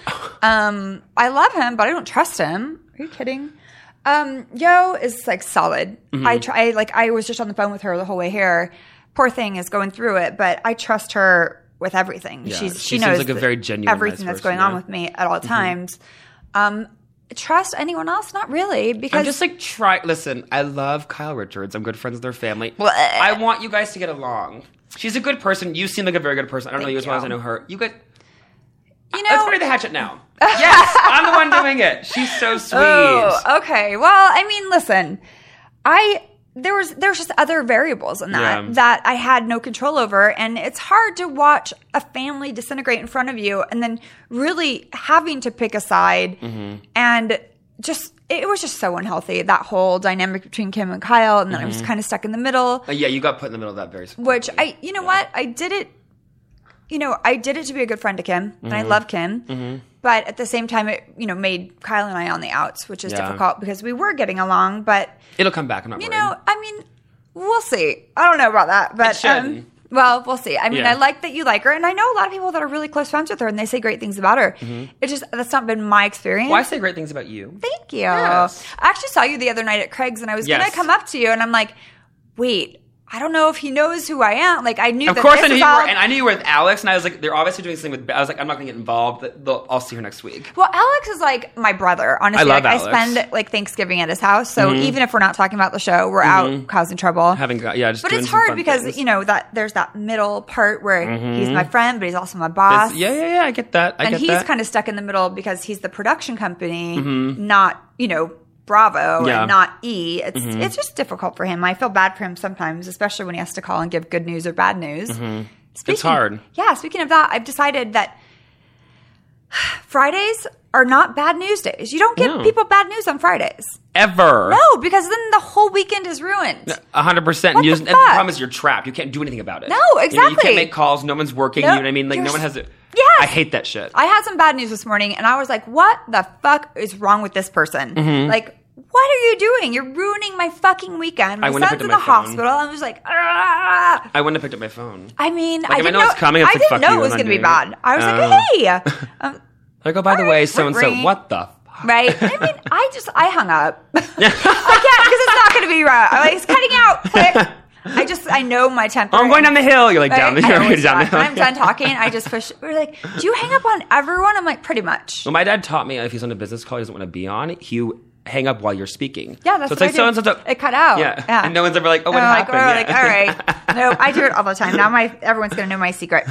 [SPEAKER 1] Um, I love him, but I don't trust him. Are you kidding? Um, Yo is like solid.
[SPEAKER 5] Mm-hmm.
[SPEAKER 1] I try, I, like I was just on the phone with her the whole way here. Poor thing is going through it, but I trust her with everything.
[SPEAKER 5] Yeah,
[SPEAKER 1] She's
[SPEAKER 5] she
[SPEAKER 1] she,
[SPEAKER 5] seems
[SPEAKER 1] knows
[SPEAKER 5] like a
[SPEAKER 1] th-
[SPEAKER 5] very genuine, nice
[SPEAKER 1] everything that's
[SPEAKER 5] person,
[SPEAKER 1] going on
[SPEAKER 5] yeah. Mm-hmm.
[SPEAKER 1] with me at all times. Um, trust anyone else? Not really, because
[SPEAKER 5] I'm just like try. Listen, I love Kyle Richards. I'm good friends with their family.
[SPEAKER 1] Well, eh.
[SPEAKER 5] I want you guys to get along. She's a good person. You seem like a very good person. I don't know
[SPEAKER 1] Thank
[SPEAKER 5] you as well
[SPEAKER 1] you.
[SPEAKER 5] as I know her. You guys,
[SPEAKER 1] you
[SPEAKER 5] let's
[SPEAKER 1] know.
[SPEAKER 5] bury the hatchet now. yes, I'm the one doing it. She's so sweet.
[SPEAKER 1] Oh, okay. Well, I mean, listen, I there was there's just other variables in that
[SPEAKER 5] Yeah.
[SPEAKER 1] that I had no control over, and it's hard to watch a family disintegrate in front of you, and then really having to pick a side, and just it was just so unhealthy that whole dynamic between Kim and Kyle, and then I was kind of stuck in the middle,
[SPEAKER 5] Uh, yeah, you got put in the middle of that very.
[SPEAKER 1] which
[SPEAKER 5] quickly.
[SPEAKER 1] I you know what I did it. You know, I did it to be a good friend to Kim, and
[SPEAKER 5] Mm-hmm.
[SPEAKER 1] I love Kim. But at the same time, it you know made Kyle and I on the outs, which is
[SPEAKER 5] Yeah.
[SPEAKER 1] difficult because we were getting along. But
[SPEAKER 5] it'll come back. I'm not
[SPEAKER 1] you
[SPEAKER 5] worried.
[SPEAKER 1] know, I mean, we'll see. I don't know about that, but
[SPEAKER 5] should.
[SPEAKER 1] um, well, we'll see. I mean,
[SPEAKER 5] Yeah.
[SPEAKER 1] I like that you like her, and I know a lot of people that are really close friends with her, and they say great things about her. It's just that's not been my experience.
[SPEAKER 5] Mm-hmm. Why say great things about you?
[SPEAKER 1] Thank you.
[SPEAKER 5] Yes.
[SPEAKER 1] I actually saw you the other night at Craig's, and I was
[SPEAKER 5] Yes.
[SPEAKER 1] gonna come up to you, and I'm like, wait. I don't know if he knows who I am. Like I knew.
[SPEAKER 5] Of
[SPEAKER 1] that
[SPEAKER 5] course,
[SPEAKER 1] this
[SPEAKER 5] I knew
[SPEAKER 1] was
[SPEAKER 5] you were,
[SPEAKER 1] all-
[SPEAKER 5] and I knew you were with Alex, and I was like, they're obviously doing something with. I was like, I'm not going to get involved. but they'll- I'll see her next week.
[SPEAKER 1] Well, Alex is like my brother. Honestly,
[SPEAKER 5] I love
[SPEAKER 1] like I
[SPEAKER 5] Alex. Mm-hmm.
[SPEAKER 1] spend like Thanksgiving at his house, so even if we're not talking about the show, we're out causing trouble.
[SPEAKER 5] Having got yeah, just
[SPEAKER 1] but
[SPEAKER 5] Mm-hmm. doing
[SPEAKER 1] it's
[SPEAKER 5] some
[SPEAKER 1] hard
[SPEAKER 5] fun
[SPEAKER 1] because
[SPEAKER 5] things. Mm-hmm.
[SPEAKER 1] you know that there's that middle part where he's my friend, but he's also my boss.
[SPEAKER 5] It's- yeah, yeah, yeah. I get that. I
[SPEAKER 1] and
[SPEAKER 5] get
[SPEAKER 1] he's
[SPEAKER 5] that. Mm-hmm.
[SPEAKER 1] kind of stuck in the middle because he's the production company, not you know Bravo
[SPEAKER 5] Yeah. Mm-hmm.
[SPEAKER 1] and not E. It's it's just difficult for him. I feel bad for him sometimes, especially when he has to call and give good news or bad news. Speaking,
[SPEAKER 5] Mm-hmm. hard.
[SPEAKER 1] Yeah. Speaking of that, I've decided that Fridays are not bad news days. You don't give
[SPEAKER 5] No.
[SPEAKER 1] people bad news on Fridays.
[SPEAKER 5] ever.
[SPEAKER 1] No, because then the whole weekend is ruined.
[SPEAKER 5] A hundred percent.
[SPEAKER 1] What the
[SPEAKER 5] You just- and the
[SPEAKER 1] fuck?
[SPEAKER 5] problem is you're trapped. You can't do anything about it.
[SPEAKER 1] No,
[SPEAKER 5] You know, You,
[SPEAKER 1] exactly.
[SPEAKER 5] can't make calls. No one's working.
[SPEAKER 1] No,
[SPEAKER 5] you know what I mean? Like no
[SPEAKER 1] you're
[SPEAKER 5] one
[SPEAKER 1] s-
[SPEAKER 5] has it.
[SPEAKER 1] Yes.
[SPEAKER 5] I hate that shit.
[SPEAKER 1] I had some bad news this morning and I was like, what the fuck is wrong with this person?
[SPEAKER 5] Mm-hmm.
[SPEAKER 1] Like, what are you doing? You're ruining my fucking weekend. My
[SPEAKER 5] I wouldn't have
[SPEAKER 1] son's in
[SPEAKER 5] picked
[SPEAKER 1] the
[SPEAKER 5] up my phone.
[SPEAKER 1] hospital. I'm just like, ah.
[SPEAKER 5] I wouldn't have picked up my phone.
[SPEAKER 1] I mean,
[SPEAKER 5] if I
[SPEAKER 1] I didn't
[SPEAKER 5] know it's coming, it's
[SPEAKER 1] I
[SPEAKER 5] like,
[SPEAKER 1] didn't
[SPEAKER 5] fuck
[SPEAKER 1] know
[SPEAKER 5] you,
[SPEAKER 1] it was
[SPEAKER 5] I'm
[SPEAKER 1] going to
[SPEAKER 5] not
[SPEAKER 1] be
[SPEAKER 5] doing
[SPEAKER 1] bad. I was
[SPEAKER 5] Oh.
[SPEAKER 1] like, hey, um,
[SPEAKER 5] Like oh, by the
[SPEAKER 1] Alright,
[SPEAKER 5] way, so and so.
[SPEAKER 1] ring.
[SPEAKER 5] What the? Fuck?
[SPEAKER 1] right? I mean, I just I hung up. I can't because it's not going to be right. I'm like, it's cutting out. Click. I just I know my temper.
[SPEAKER 5] Oh, I'm going down the hill. You're like down the
[SPEAKER 1] I
[SPEAKER 5] hill.
[SPEAKER 1] always
[SPEAKER 5] You're down the
[SPEAKER 1] do.
[SPEAKER 5] hill.
[SPEAKER 1] When I'm done talking, I just push. We're like, do you hang up on everyone? I'm like, pretty much.
[SPEAKER 5] Well, my dad taught me if he's on a business call he doesn't want to be on, he hang up while you're speaking.
[SPEAKER 1] Yeah, that's
[SPEAKER 5] so
[SPEAKER 1] what
[SPEAKER 5] it's like
[SPEAKER 1] I
[SPEAKER 5] so
[SPEAKER 1] do.
[SPEAKER 5] and so. so-
[SPEAKER 1] It cut out.
[SPEAKER 5] Yeah.
[SPEAKER 1] Yeah.
[SPEAKER 5] and no one's ever like, oh, what
[SPEAKER 1] And I'm
[SPEAKER 5] happened?
[SPEAKER 1] Like,
[SPEAKER 5] Yeah.
[SPEAKER 1] we're like, all right. No, I do it all the time. Now my everyone's gonna know my secret.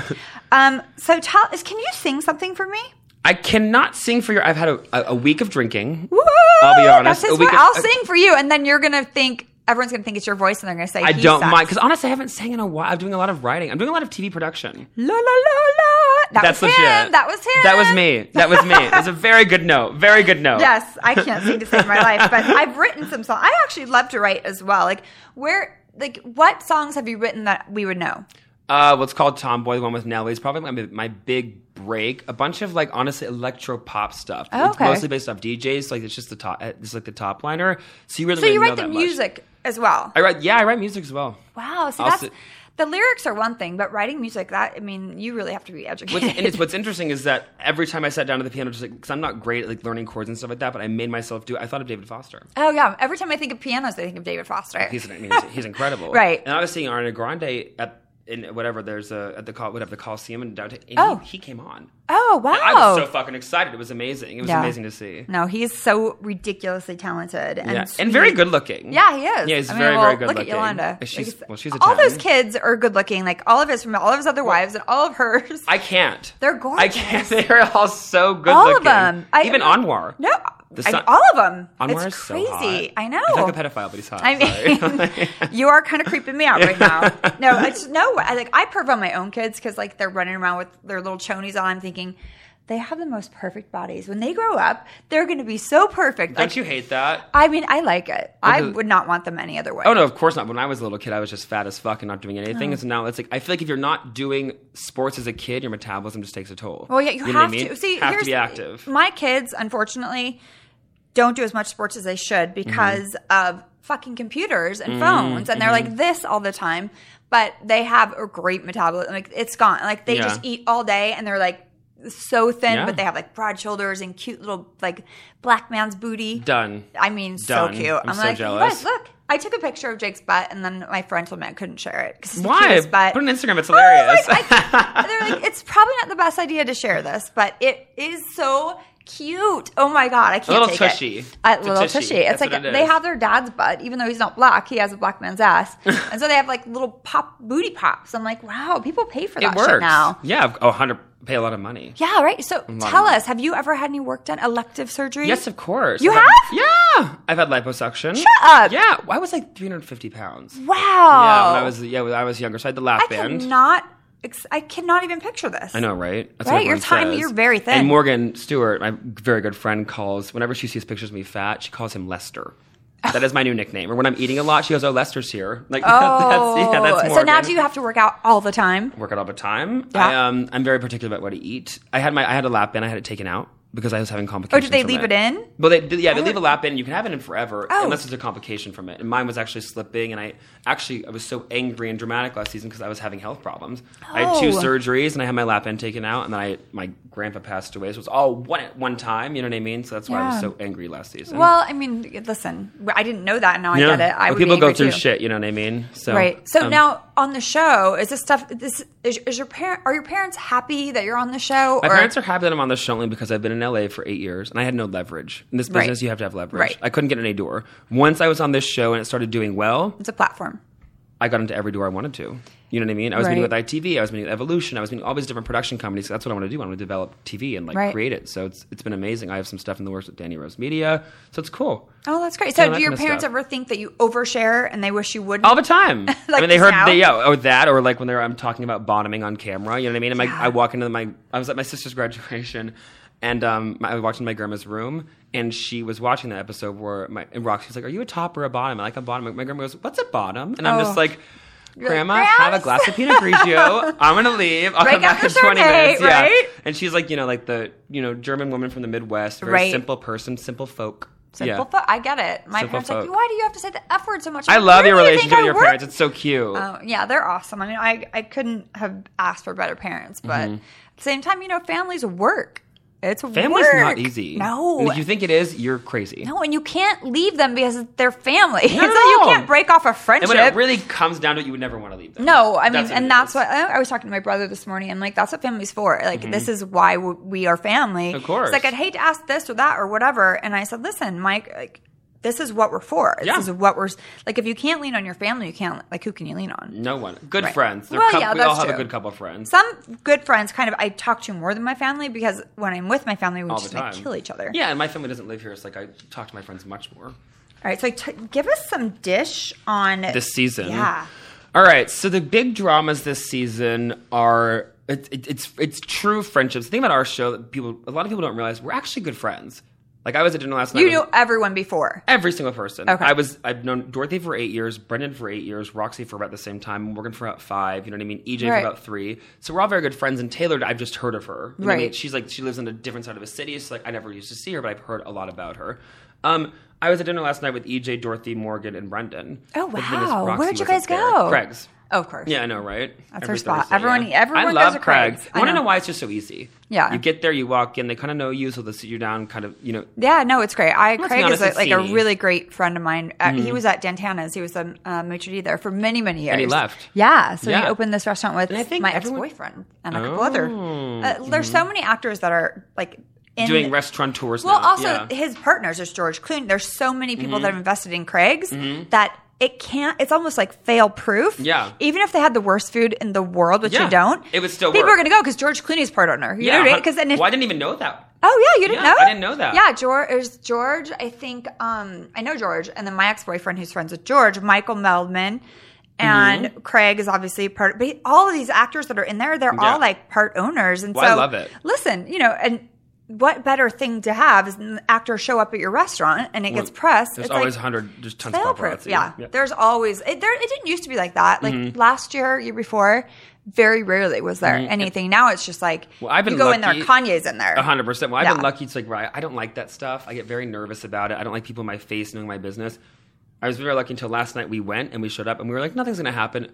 [SPEAKER 1] Um, so tell is can you sing something for me?
[SPEAKER 5] I cannot sing for your. I've had a, a, a week of drinking.
[SPEAKER 1] Woo!
[SPEAKER 5] I'll be honest. uh,
[SPEAKER 1] That's
[SPEAKER 5] a
[SPEAKER 1] his
[SPEAKER 5] week
[SPEAKER 1] voice.
[SPEAKER 5] of-
[SPEAKER 1] I'll sing for you, and then you're gonna think everyone's gonna think it's your voice, and they're gonna say
[SPEAKER 5] I
[SPEAKER 1] he
[SPEAKER 5] don't
[SPEAKER 1] sucks.
[SPEAKER 5] mind because honestly, I haven't sang in a while. I'm doing a lot of writing. I'm doing a lot of TV production.
[SPEAKER 1] La la la la. That
[SPEAKER 5] That's
[SPEAKER 1] was
[SPEAKER 5] legit.
[SPEAKER 1] him. That was him.
[SPEAKER 5] That was me. That was me. It was a very good note. Very good note.
[SPEAKER 1] Yes, I can't sing to save my life, but I've written some songs. I actually love to write as well. Like where, like what songs have you written that we would know?
[SPEAKER 5] Uh, what's called Tomboy, the one with Nelly, is probably my, my big break. A bunch of like honestly electro pop stuff.
[SPEAKER 1] Oh,
[SPEAKER 5] It's
[SPEAKER 1] okay.
[SPEAKER 5] mostly based off DJs. so, Like it's just the top. eh, It's like the top liner. So you really.
[SPEAKER 1] So you
[SPEAKER 5] really know
[SPEAKER 1] write the
[SPEAKER 5] that
[SPEAKER 1] music as well.
[SPEAKER 5] Much. I write. Yeah, I write music as well.
[SPEAKER 1] Wow. See,
[SPEAKER 5] I'll
[SPEAKER 1] that's
[SPEAKER 5] sit-
[SPEAKER 1] the lyrics are one thing, but writing music that I mean, you really have to be
[SPEAKER 5] What's,
[SPEAKER 1] educated.
[SPEAKER 5] and it's, what's interesting is that every time I sat down to the piano, just like because I'm not great at like learning chords and stuff like that, but I made myself do. it. I thought of David Foster.
[SPEAKER 1] oh yeah. Every time I think of pianos, I think of David Foster.
[SPEAKER 5] He's, I mean, he's, he's incredible.
[SPEAKER 1] Right.
[SPEAKER 5] And I was seeing Ariana Grande at in whatever there's a at the call whatever the Coliseum in downtown. And
[SPEAKER 1] Oh.
[SPEAKER 5] he, he came on.
[SPEAKER 1] oh
[SPEAKER 5] And I was
[SPEAKER 1] wow.
[SPEAKER 5] so fucking excited. It was amazing. It was
[SPEAKER 1] Yeah.
[SPEAKER 5] amazing to see.
[SPEAKER 1] no, he's so ridiculously talented and
[SPEAKER 5] yeah,
[SPEAKER 1] sweet.
[SPEAKER 5] and very good looking.
[SPEAKER 1] Yeah, he is.
[SPEAKER 5] Yeah, he's
[SPEAKER 1] I mean,
[SPEAKER 5] very,
[SPEAKER 1] well,
[SPEAKER 5] very good
[SPEAKER 1] look
[SPEAKER 5] looking.
[SPEAKER 1] at Yolanda.
[SPEAKER 5] She's,
[SPEAKER 1] Like,
[SPEAKER 5] well, she's a
[SPEAKER 1] all those kids are good looking. Like all of his from all of his other wives and all of hers.
[SPEAKER 5] I can't.
[SPEAKER 1] They're
[SPEAKER 5] I
[SPEAKER 1] gorgeous.
[SPEAKER 5] can't. They're all so good
[SPEAKER 1] all
[SPEAKER 5] looking.
[SPEAKER 1] of them. I,
[SPEAKER 5] Even Anwar.
[SPEAKER 1] No,
[SPEAKER 5] The
[SPEAKER 1] I-
[SPEAKER 5] son-
[SPEAKER 1] all of them. it's
[SPEAKER 5] Anwar is so
[SPEAKER 1] crazy.
[SPEAKER 5] hot.
[SPEAKER 1] I know.
[SPEAKER 5] I feel like a pedophile, but he's hot.
[SPEAKER 1] I
[SPEAKER 5] Sorry.
[SPEAKER 1] mean, you are kind of creeping me out right now. No, it's no. I, like I perv on my own kids because like they're running around with their little chonies on. I'm thinking They have the most perfect bodies. When they grow up, they're going to be so perfect.
[SPEAKER 5] Don't you hate that?
[SPEAKER 1] I mean, I like it. I
[SPEAKER 5] Because-
[SPEAKER 1] would not want them any other way.
[SPEAKER 5] Oh no, of course not. When I was a little kid, I was just fat as fuck and not doing
[SPEAKER 1] Oh.
[SPEAKER 5] anything. And so now it's like I feel like if you're not doing sports as a kid, your metabolism just takes a toll.
[SPEAKER 1] Well, yeah, you,
[SPEAKER 5] know what
[SPEAKER 1] have
[SPEAKER 5] I mean?
[SPEAKER 1] to see.
[SPEAKER 5] have
[SPEAKER 1] here's
[SPEAKER 5] to be active.
[SPEAKER 1] My kids, unfortunately, don't do as much sports as they should
[SPEAKER 5] Mm-hmm.
[SPEAKER 1] because of fucking computers and phones, and they're like
[SPEAKER 5] Mm-hmm.
[SPEAKER 1] this all the time. But they have a great metabolism. Like it's gone. Like they
[SPEAKER 5] Yeah.
[SPEAKER 1] just eat all day, and they're like so thin,
[SPEAKER 5] Yeah.
[SPEAKER 1] but they have like broad shoulders and cute little like black man's booty.
[SPEAKER 5] Done.
[SPEAKER 1] I mean,
[SPEAKER 5] Done.
[SPEAKER 1] so cute.
[SPEAKER 5] I'm so
[SPEAKER 1] like,
[SPEAKER 5] jealous.
[SPEAKER 1] Look, look. I took a picture of Jake's butt, and then my friend told me I couldn't share it because it's the
[SPEAKER 5] Why?
[SPEAKER 1] cutest butt.
[SPEAKER 5] Put on Instagram. It's
[SPEAKER 1] I was
[SPEAKER 5] hilarious.
[SPEAKER 1] like, I- they're like, it's probably not the best idea to share this, but it is so cute. Oh my god, I can't
[SPEAKER 5] little
[SPEAKER 1] take
[SPEAKER 5] tushy.
[SPEAKER 1] it. A
[SPEAKER 5] It's a
[SPEAKER 1] little
[SPEAKER 5] tushy.
[SPEAKER 1] tushy. It's
[SPEAKER 5] That's
[SPEAKER 1] like
[SPEAKER 5] what it
[SPEAKER 1] they
[SPEAKER 5] is.
[SPEAKER 1] have their dad's butt, even though he's not black. He has a black man's ass, and so they have like little pop booty pops. I'm like, wow, people pay for that
[SPEAKER 5] it works.
[SPEAKER 1] shit now.
[SPEAKER 5] Yeah, of- oh, hundred pay a lot of money.
[SPEAKER 1] Yeah, right. So
[SPEAKER 5] of
[SPEAKER 1] tell
[SPEAKER 5] money.
[SPEAKER 1] us, have you ever had any work done, elective surgery?
[SPEAKER 5] Yes, of course.
[SPEAKER 1] You
[SPEAKER 5] I've
[SPEAKER 1] have?
[SPEAKER 5] Had, yeah, I've had liposuction. Shut
[SPEAKER 1] up.
[SPEAKER 5] Yeah, I was like 350 pounds.
[SPEAKER 1] Wow.
[SPEAKER 5] Yeah, when I was yeah when I was younger, so I had the lap
[SPEAKER 1] I
[SPEAKER 5] band.
[SPEAKER 1] cannot. ex- I cannot even picture this.
[SPEAKER 5] I know, right? That's
[SPEAKER 1] Right,
[SPEAKER 5] everyone
[SPEAKER 1] you're tiny,
[SPEAKER 5] says.
[SPEAKER 1] you're very thin.
[SPEAKER 5] And Morgan Stewart, my very good friend, calls whenever she sees pictures of me fat, she calls him Lester. That is my new nickname. Or when I'm eating a lot, she goes, "Oh, Lester's here." Like that's yeah, that's
[SPEAKER 1] Oh,
[SPEAKER 5] Morgan.
[SPEAKER 1] so now do you have to work out all the time?
[SPEAKER 5] work out all the time?
[SPEAKER 1] Yeah.
[SPEAKER 5] I, um, I'm very particular about what I eat. I had my I had a lap band. I had it taken out because I was having
[SPEAKER 1] Or
[SPEAKER 5] complications.
[SPEAKER 1] Oh, did they
[SPEAKER 5] from
[SPEAKER 1] leave it in?
[SPEAKER 5] Well, they, yeah, they leave a lap in. and You can have it in forever
[SPEAKER 1] Oh.
[SPEAKER 5] unless there's a complication from it. And mine was actually slipping, and I actually I was so angry and dramatic last season because I was having health problems. I had two
[SPEAKER 1] Oh.
[SPEAKER 5] surgeries, and I had my lap in taken out, and then I my grandpa passed away, so it was all one at one time. You know what I mean? So that's why I was
[SPEAKER 1] Yeah.
[SPEAKER 5] so angry last season.
[SPEAKER 1] Well, I mean, listen, I didn't know that. and Now I
[SPEAKER 5] yeah.
[SPEAKER 1] get it. I
[SPEAKER 5] Well,
[SPEAKER 1] would
[SPEAKER 5] people
[SPEAKER 1] be
[SPEAKER 5] go
[SPEAKER 1] angry
[SPEAKER 5] through
[SPEAKER 1] too.
[SPEAKER 5] shit. You know what I mean? So
[SPEAKER 1] right. So
[SPEAKER 5] um,
[SPEAKER 1] now on the show, is this stuff? This is, is your parent? Are your parents happy that you're on the show?
[SPEAKER 5] My
[SPEAKER 1] or-
[SPEAKER 5] parents are happy that I'm on this show only because I've been in LA for eight years and I had no leverage. In this
[SPEAKER 1] Right.
[SPEAKER 5] business, you have to have leverage.
[SPEAKER 1] Right.
[SPEAKER 5] I couldn't get in any door. Once I was on this show and it started doing well,
[SPEAKER 1] It's a platform.
[SPEAKER 5] I got into every door I wanted to. You know what I mean? I was meeting with
[SPEAKER 1] Right.
[SPEAKER 5] ITV, I was meeting with Evolution, I was meeting all these different production companies. That's what I want to do. I want to develop TV and like
[SPEAKER 1] Right.
[SPEAKER 5] create it. So it's it's been amazing. I have some stuff in the works with Danny Rose Media, so it's cool.
[SPEAKER 1] Oh, that's great. So,
[SPEAKER 5] that
[SPEAKER 1] do your
[SPEAKER 5] kinda
[SPEAKER 1] parents
[SPEAKER 5] stuff.
[SPEAKER 1] ever think that you overshare and they wish you wouldn't?
[SPEAKER 5] All the time. I mean, they
[SPEAKER 1] just
[SPEAKER 5] heard
[SPEAKER 1] now?
[SPEAKER 5] they, yeah, or that, or like when they're I'm talking about bottoming on camera. You know what I mean? And my, I walk into my I was at my sister's graduation, and um, my, I walked into my grandma's room, and she was watching that episode where my and Roxy was like, "Are you a top or a bottom?" And like a bottom. My grandma goes, "What's a bottom?" And I'm
[SPEAKER 1] Oh.
[SPEAKER 5] just like.
[SPEAKER 1] like,
[SPEAKER 5] Grandma, have a
[SPEAKER 1] "Grams?"
[SPEAKER 5] glass of Pinot Grigio. I'm gonna leave. I'll
[SPEAKER 1] Break
[SPEAKER 5] come back
[SPEAKER 1] out the
[SPEAKER 5] in 20
[SPEAKER 1] Chardonnay,
[SPEAKER 5] minutes.
[SPEAKER 1] right?
[SPEAKER 5] Yeah, and she's like, you know, like the you know German woman from the Midwest, very
[SPEAKER 1] Right.
[SPEAKER 5] simple person, simple folk.
[SPEAKER 1] Simple
[SPEAKER 5] yeah.
[SPEAKER 1] fo- I get it. My
[SPEAKER 5] Simple
[SPEAKER 1] parents are
[SPEAKER 5] folk.
[SPEAKER 1] like, why do you have to say the F word so much?
[SPEAKER 5] I
[SPEAKER 1] I'm like,
[SPEAKER 5] love your
[SPEAKER 1] "Really? You think
[SPEAKER 5] relationship
[SPEAKER 1] I
[SPEAKER 5] with your
[SPEAKER 1] work
[SPEAKER 5] parents. It's so cute.
[SPEAKER 1] Oh, yeah, they're awesome. I mean, I, I couldn't have asked for better parents,
[SPEAKER 5] Mm-hmm.
[SPEAKER 1] but at the same time, you know, families work. It's
[SPEAKER 5] Family's
[SPEAKER 1] work.
[SPEAKER 5] not easy.
[SPEAKER 1] No.
[SPEAKER 5] And if you think it is, you're crazy.
[SPEAKER 1] no, and you can't leave them because they're family.
[SPEAKER 5] Not
[SPEAKER 1] so
[SPEAKER 5] at
[SPEAKER 1] you
[SPEAKER 5] all.
[SPEAKER 1] can't break off a
[SPEAKER 5] And
[SPEAKER 1] friendship.
[SPEAKER 5] when it really comes down to it, you would never want to leave them.
[SPEAKER 1] no, I mean,
[SPEAKER 5] it
[SPEAKER 1] and that's
[SPEAKER 5] is. Mm-hmm.
[SPEAKER 1] what I, I was talking to my brother this morning. I'm like, that's what family's for. Like, this is why w- we are family.
[SPEAKER 5] Of course.
[SPEAKER 1] It's like, I'd hate to ask this or that or whatever. And I said, listen, Mike, like, this is what we're for. This
[SPEAKER 5] Yeah.
[SPEAKER 1] is what we're, s- like, if you can't lean on your family, you can't, like, who can you lean on?
[SPEAKER 5] No one. Good
[SPEAKER 1] Right.
[SPEAKER 5] friends. They're
[SPEAKER 1] Well,
[SPEAKER 5] coup-
[SPEAKER 1] yeah,
[SPEAKER 5] we all
[SPEAKER 1] that's
[SPEAKER 5] have a
[SPEAKER 1] true.
[SPEAKER 5] good couple of friends.
[SPEAKER 1] some good friends kind of I talk to more than my family because when I'm with my family, we
[SPEAKER 5] all the
[SPEAKER 1] just
[SPEAKER 5] time.
[SPEAKER 1] like kill each other.
[SPEAKER 5] Yeah, and my family doesn't live here. It's like I talk to my friends much more
[SPEAKER 1] All right. So t- give us some dish on
[SPEAKER 5] this season.
[SPEAKER 1] Yeah.
[SPEAKER 5] All right. So the big dramas this season are it, it, it's it's true friendships. The thing about our show that people a lot of people don't realize we're actually good friends. Like I was at dinner last night.
[SPEAKER 1] You
[SPEAKER 5] with-
[SPEAKER 1] knew everyone before.
[SPEAKER 5] Every single person.
[SPEAKER 1] Okay.
[SPEAKER 5] I was I've known Dorothy for eight years, Brendan for eight years, Roxy for about the same time, Morgan for about five, you know what I mean? EJ
[SPEAKER 1] Right.
[SPEAKER 5] for about three. So we're all very good friends and Taylor I've just heard of her. You know what I mean?
[SPEAKER 1] Right.
[SPEAKER 5] She's like she lives in a different side of a city, so like I never used to see her, but I've heard a lot about her. Um I was at dinner last night with EJ, Dorothy, Morgan, and Brendan.
[SPEAKER 1] Oh,
[SPEAKER 5] With Miss
[SPEAKER 1] wow.
[SPEAKER 5] Roxy
[SPEAKER 1] Where'd you
[SPEAKER 5] was up
[SPEAKER 1] guys
[SPEAKER 5] there.
[SPEAKER 1] go?
[SPEAKER 5] Craig's.
[SPEAKER 1] Oh, of course.
[SPEAKER 5] Yeah, I know, right?
[SPEAKER 1] That's her spot. Everyone- everyone
[SPEAKER 5] I
[SPEAKER 1] goes
[SPEAKER 5] love
[SPEAKER 1] to
[SPEAKER 5] Craig's.
[SPEAKER 1] Craig's.
[SPEAKER 5] I
[SPEAKER 1] I
[SPEAKER 5] want to
[SPEAKER 1] know.
[SPEAKER 5] know why it's just so easy.
[SPEAKER 1] Yeah.
[SPEAKER 5] You get there, you walk in, they kind of know you, so they'll sit you down, kind of, you know,
[SPEAKER 1] Yeah, no, it's great. I
[SPEAKER 5] Let's be
[SPEAKER 1] Craig
[SPEAKER 5] honest,
[SPEAKER 1] is a,
[SPEAKER 5] it's
[SPEAKER 1] like a
[SPEAKER 5] Sini.
[SPEAKER 1] really great friend of mine. Uh, He was at Dantana's. He was a uh, maitre d' there for many, many years.
[SPEAKER 5] Mm-hmm. he left.
[SPEAKER 1] Yeah, so
[SPEAKER 5] Yeah.
[SPEAKER 1] he opened this restaurant with
[SPEAKER 5] And I think
[SPEAKER 1] my
[SPEAKER 5] everyone-
[SPEAKER 1] ex-boyfriend and a couple other. Uh, there's so many actors that are like in
[SPEAKER 5] Oh. Mm-hmm. doing restaurant tours
[SPEAKER 1] Well,
[SPEAKER 5] now.
[SPEAKER 1] also
[SPEAKER 5] Yeah. Mm-hmm.
[SPEAKER 1] his partners is George Clooney. There's so many people that have invested in Craig's that it can't. It's almost like fail proof.
[SPEAKER 5] Yeah.
[SPEAKER 1] Even if they had the worst food in the world, which
[SPEAKER 5] Yeah.
[SPEAKER 1] they don't,
[SPEAKER 5] It would still
[SPEAKER 1] people
[SPEAKER 5] work.
[SPEAKER 1] are going to go because George Clooney's part owner. You know what I mean? 'Cause then if-
[SPEAKER 5] well, I didn't even know that.
[SPEAKER 1] Oh yeah, you didn't
[SPEAKER 5] Yeah,
[SPEAKER 1] know?
[SPEAKER 5] I didn't know that.
[SPEAKER 1] Yeah, George is George. I think um, I know George, and then my ex boyfriend, who's friends with George, Michael Meldman,
[SPEAKER 5] Mm-hmm.
[SPEAKER 1] and Craig is obviously part. But all of these actors that are in there, they're
[SPEAKER 5] Yeah.
[SPEAKER 1] all like part owners, and
[SPEAKER 5] Well, I
[SPEAKER 1] so
[SPEAKER 5] love it.
[SPEAKER 1] Listen, you know, and what better thing to have is an actor show up at your restaurant and it gets pressed.
[SPEAKER 5] There's
[SPEAKER 1] It's
[SPEAKER 5] always
[SPEAKER 1] like,
[SPEAKER 5] hundred, just tons
[SPEAKER 1] fail
[SPEAKER 5] of paparazzi. Mm-hmm.
[SPEAKER 1] proof. Yeah. there's always it, there. It didn't used to be like that. Like last year, year before, very rarely was there anything. Now it's just like
[SPEAKER 5] Well, I've been
[SPEAKER 1] you go in there,
[SPEAKER 5] lucky-
[SPEAKER 1] Kanye's in there.
[SPEAKER 5] A hundred percent. Well, I've
[SPEAKER 1] Yeah.
[SPEAKER 5] been lucky. It's like right. I don't like that stuff. I get very nervous about it. I don't like people in my face knowing my business. I was very lucky until last night. We went and we showed up and we were like, nothing's gonna happen.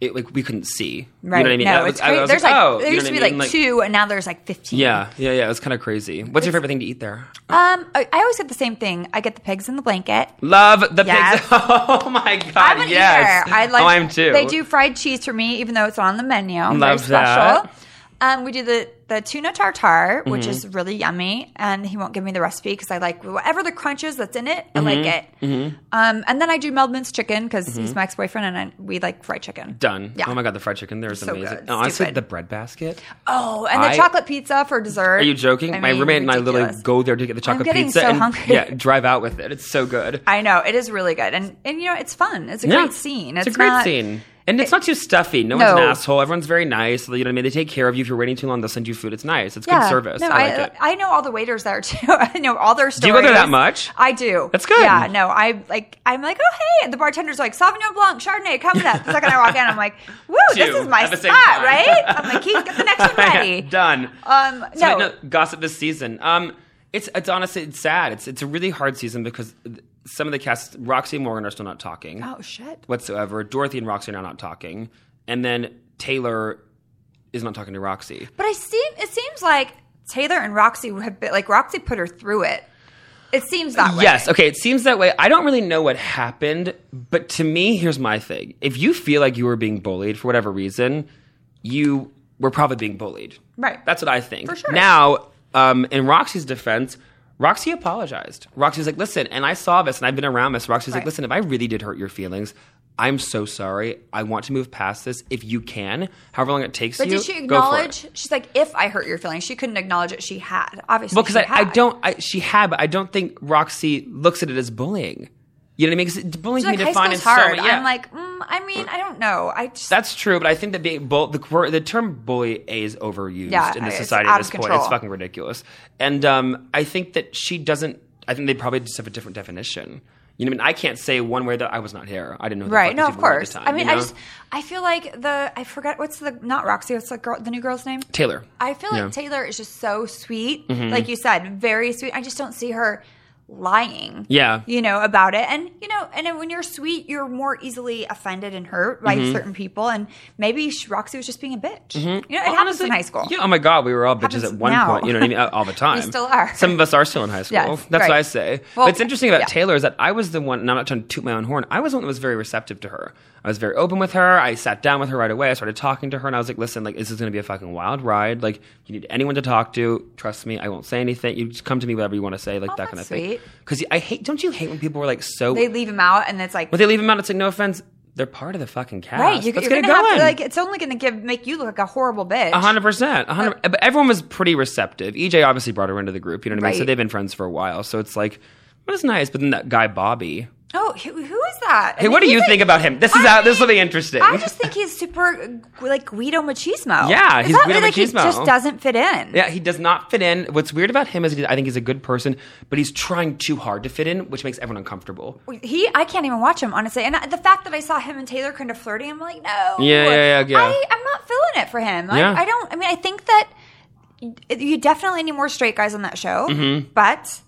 [SPEAKER 5] It like we couldn't see.
[SPEAKER 1] Right.
[SPEAKER 5] You know what I mean?
[SPEAKER 1] No,
[SPEAKER 5] I was-
[SPEAKER 1] it's
[SPEAKER 5] I
[SPEAKER 1] crazy.
[SPEAKER 5] was
[SPEAKER 1] there's like,
[SPEAKER 5] oh, you
[SPEAKER 1] there
[SPEAKER 5] know
[SPEAKER 1] used to
[SPEAKER 5] what
[SPEAKER 1] be
[SPEAKER 5] I mean?
[SPEAKER 1] like, two, and now there's like fifteen.
[SPEAKER 5] Yeah, yeah, yeah. It was kind of crazy. What's your favorite thing to eat there?
[SPEAKER 1] Um, I, I always get the same thing. I get the pigs in the blanket.
[SPEAKER 5] Love the
[SPEAKER 1] Yes.
[SPEAKER 5] pigs. Oh my god.
[SPEAKER 1] I'm an
[SPEAKER 5] yes.
[SPEAKER 1] eater. I like.
[SPEAKER 5] Oh, I'm too.
[SPEAKER 1] They do fried cheese for me, even though it's on the menu. Very
[SPEAKER 5] Love
[SPEAKER 1] special.
[SPEAKER 5] that. Mm-hmm.
[SPEAKER 1] Um, we do the the tuna tartare, which is really yummy, and he won't give me the recipe because I like whatever the crunch is that's in it. I
[SPEAKER 5] Mm-hmm.
[SPEAKER 1] like it. Um, and then I do Meldman's chicken because he's my ex boyfriend, and I, we like fried chicken.
[SPEAKER 5] Done.
[SPEAKER 1] Yeah.
[SPEAKER 5] Oh my god, the fried chicken there is
[SPEAKER 1] So
[SPEAKER 5] amazing.
[SPEAKER 1] good.
[SPEAKER 5] And Honestly,
[SPEAKER 1] Stupid.
[SPEAKER 5] the bread basket.
[SPEAKER 1] Oh, and the
[SPEAKER 5] I-
[SPEAKER 1] chocolate pizza for dessert.
[SPEAKER 5] Are you joking?
[SPEAKER 1] I
[SPEAKER 5] my
[SPEAKER 1] mean,
[SPEAKER 5] roommate and I literally
[SPEAKER 1] ridiculous.
[SPEAKER 5] go there to get the chocolate
[SPEAKER 1] getting
[SPEAKER 5] pizza
[SPEAKER 1] so
[SPEAKER 5] and
[SPEAKER 1] hungry.
[SPEAKER 5] yeah, drive out with it. It's so good.
[SPEAKER 1] I know it is really good, and and you know it's fun. It's a
[SPEAKER 5] Yeah.
[SPEAKER 1] great scene.
[SPEAKER 5] It's, a great
[SPEAKER 1] not-
[SPEAKER 5] scene. And it's not too stuffy. No,
[SPEAKER 1] No.
[SPEAKER 5] one's an asshole. Everyone's very nice. You know what I mean? They take care of you. If you're waiting too long, they'll send you food. It's nice. It's good service.
[SPEAKER 1] No,
[SPEAKER 5] I like it.
[SPEAKER 1] I know all the waiters there too. I know all their stories.
[SPEAKER 5] you go there that much?
[SPEAKER 1] I do.
[SPEAKER 5] That's good.
[SPEAKER 1] Yeah, no, I like. I'm like, oh hey, and the bartender's like Sauvignon Blanc, Chardonnay, come with us. The second I walk in, I'm like, woo, this
[SPEAKER 5] Two
[SPEAKER 1] is my
[SPEAKER 5] at the
[SPEAKER 1] spot,
[SPEAKER 5] same time. Oh,
[SPEAKER 1] right? I'm like, Keith, get the next one ready.
[SPEAKER 5] Done.
[SPEAKER 1] Um,
[SPEAKER 5] So,
[SPEAKER 1] no.
[SPEAKER 5] gossip this season. Um, it's it's honestly it's sad. It's it's a really hard season because th- some of the cast, Roxy and Morgan, are still not talking
[SPEAKER 1] Oh shit.
[SPEAKER 5] whatsoever. Dorothy and Roxy are now not talking, and then Taylor is not talking to Roxy.
[SPEAKER 1] But I seem it seems like Taylor and Roxy have been like Roxy put her through it. It seems that way.
[SPEAKER 5] Yes. Okay. It seems that way. I don't really know what happened, but to me, here's my thing. If you feel like you were being bullied for whatever reason, you were probably being bullied.
[SPEAKER 1] Right.
[SPEAKER 5] That's what I think.
[SPEAKER 1] For sure.
[SPEAKER 5] Now, um, in Roxy's defense, Roxy apologized. Roxy's like, listen, and I saw this and I've been around this. Roxy's
[SPEAKER 1] Right.
[SPEAKER 5] like, listen, if I really did hurt your feelings, I'm so sorry. I want to move past this if you can, however long it takes
[SPEAKER 1] But
[SPEAKER 5] you.
[SPEAKER 1] did she
[SPEAKER 5] go for it.
[SPEAKER 1] acknowledge? She's like, if I hurt your feelings, she couldn't acknowledge it. She had obviously.
[SPEAKER 5] Well, because
[SPEAKER 1] she
[SPEAKER 5] I, I
[SPEAKER 1] had.
[SPEAKER 5] don't, I, she had, but I don't think Roxy looks at it as bullying. You know what I mean? Because bullying
[SPEAKER 1] She's like,
[SPEAKER 5] can be
[SPEAKER 1] high
[SPEAKER 5] defined
[SPEAKER 1] school's
[SPEAKER 5] in so
[SPEAKER 1] hard.
[SPEAKER 5] many. Yeah.
[SPEAKER 1] I'm like, mm, I mean, I don't know. I just
[SPEAKER 5] that's true, but I think that being bull, the quir- the term bully a is overused
[SPEAKER 1] Yeah,
[SPEAKER 5] in
[SPEAKER 1] it's
[SPEAKER 5] this society
[SPEAKER 1] out
[SPEAKER 5] at
[SPEAKER 1] of
[SPEAKER 5] this point.
[SPEAKER 1] control.
[SPEAKER 5] It's fucking ridiculous, and um, I think that she doesn't. I think they probably just have a different definition. You know, what I mean, I can't say one way that I was not here. I didn't know. who the
[SPEAKER 1] right.
[SPEAKER 5] fuck
[SPEAKER 1] No,
[SPEAKER 5] these
[SPEAKER 1] of
[SPEAKER 5] people were at
[SPEAKER 1] course.
[SPEAKER 5] the time,
[SPEAKER 1] I mean,
[SPEAKER 5] you
[SPEAKER 1] I
[SPEAKER 5] know?
[SPEAKER 1] just I feel like the I forget what's the not Roxy. What's the girl? The new girl's name?
[SPEAKER 5] Taylor.
[SPEAKER 1] I feel like
[SPEAKER 5] Yeah.
[SPEAKER 1] Taylor is just so sweet,
[SPEAKER 5] Mm-hmm.
[SPEAKER 1] like you said, very sweet. I just don't see her lying.
[SPEAKER 5] Yeah.
[SPEAKER 1] you know about it, and you know, and then when you're sweet, you're more easily offended and hurt by
[SPEAKER 5] Mm-hmm.
[SPEAKER 1] certain people, and maybe she- Roxy was just being a bitch. You know, it happens in high school.
[SPEAKER 5] Yeah, oh my God, we were all bitches
[SPEAKER 1] Happens
[SPEAKER 5] at one
[SPEAKER 1] now.
[SPEAKER 5] point. You know what I mean? All the time.
[SPEAKER 1] still are.
[SPEAKER 5] Some of us are still in high school.
[SPEAKER 1] Yes,
[SPEAKER 5] That's
[SPEAKER 1] right.
[SPEAKER 5] what I say.
[SPEAKER 1] Well,
[SPEAKER 5] but it's interesting about
[SPEAKER 1] yeah.
[SPEAKER 5] Taylor is that I was the one, and I'm not trying to toot my own horn, I was the one that was very receptive to her. I was very open with her. I sat down with her right away. I started talking to her, and I was like, listen, like, this is going to be a fucking wild ride. Like, you need anyone to talk to. Trust me, I won't say anything. You just come to me, whatever you want to say, like
[SPEAKER 1] Oh,
[SPEAKER 5] that kind of
[SPEAKER 1] that's
[SPEAKER 5] thing.
[SPEAKER 1] sweet.
[SPEAKER 5] Because I hate, don't you hate when people are like so.
[SPEAKER 1] They leave him out, and it's like
[SPEAKER 5] when they leave him out, it's like, no offense. They're part of the fucking cast.
[SPEAKER 1] right. You,
[SPEAKER 5] Let's
[SPEAKER 1] you're
[SPEAKER 5] get
[SPEAKER 1] gonna
[SPEAKER 5] it
[SPEAKER 1] have
[SPEAKER 5] going.
[SPEAKER 1] to, like it's only gonna give make you look like a horrible bitch.
[SPEAKER 5] A hundred percent. A hundred. But everyone was pretty receptive. EJ obviously brought her into the group. You know what I mean? So
[SPEAKER 1] Right.
[SPEAKER 5] they've been friends for a while. So it's like it was nice. But then that guy Bobby.
[SPEAKER 1] Oh, who, who is that?
[SPEAKER 5] Hey, what do you think about him? This is
[SPEAKER 1] I
[SPEAKER 5] out. This will be
[SPEAKER 1] mean,
[SPEAKER 5] interesting.
[SPEAKER 1] I just think he's super uh, like Guido Machismo.
[SPEAKER 5] Yeah,
[SPEAKER 1] Is
[SPEAKER 5] he's
[SPEAKER 1] that
[SPEAKER 5] Guido
[SPEAKER 1] like He
[SPEAKER 5] Machismo.
[SPEAKER 1] just doesn't fit in.
[SPEAKER 5] yeah, he does not fit in. What's weird about him is he- I think he's a good person, but he's trying too hard to fit in, which makes everyone uncomfortable.
[SPEAKER 1] He, I can't even watch him honestly. And I- the fact that I saw him and Taylor kind of flirting, I'm like, no.
[SPEAKER 5] Yeah, yeah, yeah, yeah.
[SPEAKER 1] I, I'm not feeling it for him. I,
[SPEAKER 5] Yeah.
[SPEAKER 1] I don't. I mean, I think that y- you definitely need more straight guys on that show,
[SPEAKER 5] Mm-hmm.
[SPEAKER 1] but.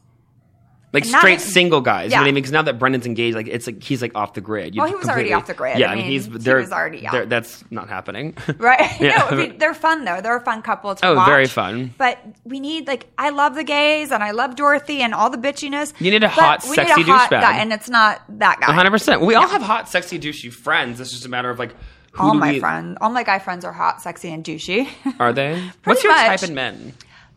[SPEAKER 5] Like
[SPEAKER 1] Not-
[SPEAKER 5] straight single guys. You
[SPEAKER 1] Yeah.
[SPEAKER 5] know what I mean? Because now that Brendan's engaged, like it's like he's like off the grid. You
[SPEAKER 1] Well, he was already
[SPEAKER 5] completely-
[SPEAKER 1] off the grid.
[SPEAKER 5] Yeah,
[SPEAKER 1] I
[SPEAKER 5] I mean,
[SPEAKER 1] mean,
[SPEAKER 5] he's
[SPEAKER 1] he
[SPEAKER 5] they're,
[SPEAKER 1] was already out.
[SPEAKER 5] they're- That's not happening.
[SPEAKER 1] Right.
[SPEAKER 5] Yeah.
[SPEAKER 1] No, I mean, they're fun though. They're a fun couple to
[SPEAKER 5] Oh,
[SPEAKER 1] watch.
[SPEAKER 5] very fun.
[SPEAKER 1] But we need like I love the gays and I love Dorothy and all the bitchiness.
[SPEAKER 5] You need a
[SPEAKER 1] but
[SPEAKER 5] hot,
[SPEAKER 1] we
[SPEAKER 5] sexy
[SPEAKER 1] need a hot
[SPEAKER 5] douchebag.
[SPEAKER 1] guy, and it's not that guy.
[SPEAKER 5] A hundred percent. We all have hot, sexy, douchey friends. It's just a matter of like who
[SPEAKER 1] All
[SPEAKER 5] do
[SPEAKER 1] my
[SPEAKER 5] we-
[SPEAKER 1] friends, all my guy friends are hot, sexy, and douchey.
[SPEAKER 5] Are they? What's your
[SPEAKER 1] much.
[SPEAKER 5] type in men?